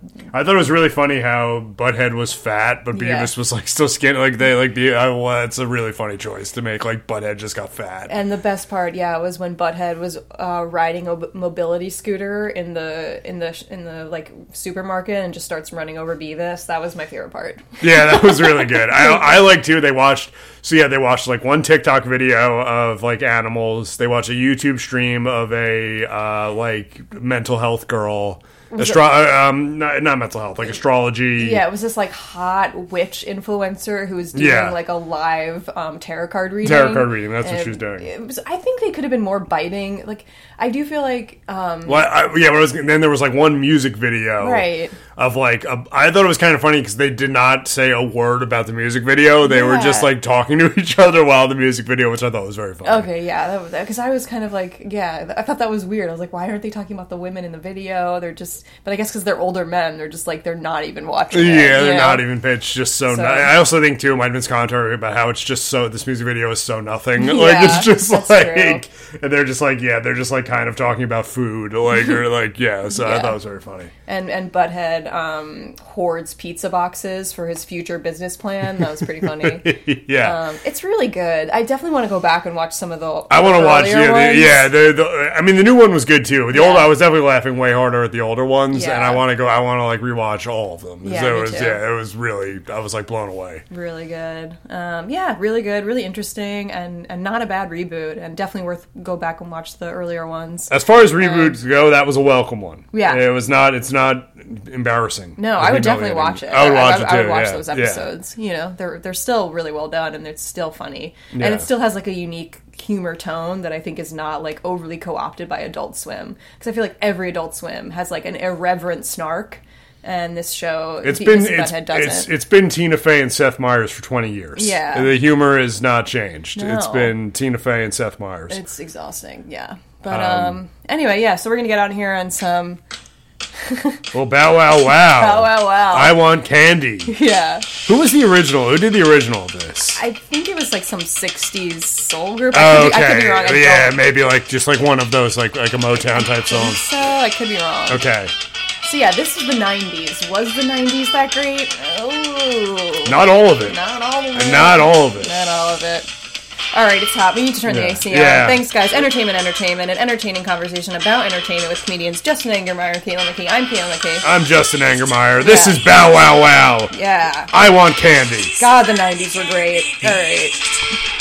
thought it was really funny how Butthead was fat, but Yeah. Beavis was like still skinny. Like they like the I, well, it's a really funny choice to make. Like Butthead just got fat. And the best part, yeah, was when Butthead was uh, riding a b- mobility scooter in the in the sh- in the like supermarket and just starts running over Beavis. That was my favorite part. Yeah, that was really good. I I like too. They watched so yeah, they watched like one TikTok video of like animals. They watched a YouTube stream of a uh, like mental health girl. Astro- uh, um, not, not mental health, like astrology. Yeah, it was this like hot witch influencer who was doing Yeah. like a live um, tarot card reading. Tarot card reading, that's what she was And doing. It was, I think they could have been more biting. Like, I do feel like um, Well, I, yeah. But I was, then there was like one music video, Right. Of like, a, I thought it was kind of funny because they did not say a word about the music video. They were Yeah. just like talking to each other while the music video, which I thought was very funny. Okay, yeah, that because I was kind of like, yeah, I thought that was weird. I was like, why aren't they talking about the women in the video? They're just, but I guess because they're older men, they're just like they're not even watching. it, Yeah, you they're know? not even pitched. Just so. So- no- I also think too, it might have been commentary about how it's just so. This music video is so nothing. like Yeah, it's just that's like, and they're just like, yeah, they're just like kind of talking about food, like or like yeah. So I Yeah. thought it was very funny. And and Butthead um, hoards pizza boxes for his future business plan. That was pretty funny. yeah. um, it's really good. I definitely want to go back and watch some of the. I want to watch earlier yeah, the, ones. yeah. The, the, I mean, the new one was good too. The old, I Yeah. was definitely laughing way harder at the older ones, and I Yeah. want to go. I want to like rewatch all of them. Yeah, So it me was, too. yeah, it was really. I was like blown away. Really good. Um, yeah, really good. Really interesting, and and not a bad reboot, and definitely worth go back and watch the earlier ones. As far as reboots go, that was a welcome one. Yeah. it was not. It's not embarrassing. No, It's I would definitely humiliating. watch it. I would watch it I would too, watch yeah, those yeah. episodes. You know, they're they're still really well done, and it's still funny, Yeah. and it still has like a unique humor tone that I think is not like overly co-opted by Adult Swim because I feel like every Adult Swim has like an irreverent snark, and this show It's Beavis been and it's, Butthead it's doesn't. it's been Tina Fey and Seth Meyers for twenty years. Yeah. the humor has not changed. It's No. been Tina Fey and Seth Meyers. It's exhausting, yeah. But um, anyway, yeah. So we're gonna get on here on some well, bow wow wow. Bow Wow Wow. I want candy. yeah. Who was the original? Who did the original of this? I think it was like some '60s soul group. I could, be, I could be wrong. I yeah, don't maybe like just like one of those like like a Motown type think song. so I could be wrong. Okay, So yeah, this is the '90s. Was the '90s that great? Oh, not all of it. not all of it. Not all of it. Not all of it. All right, it's hot. We need to turn Yeah. the AC Yeah. on. Thanks, guys. Entertainment, entertainment, an entertaining conversation about entertainment with comedians Justin Angermeyer, Caitlin McKee. I'm Caitlin McKee. I'm Justin Angermeyer. This Yeah. is Bow Wow Wow. Yeah. I want candy. God, the '90s were great. All right.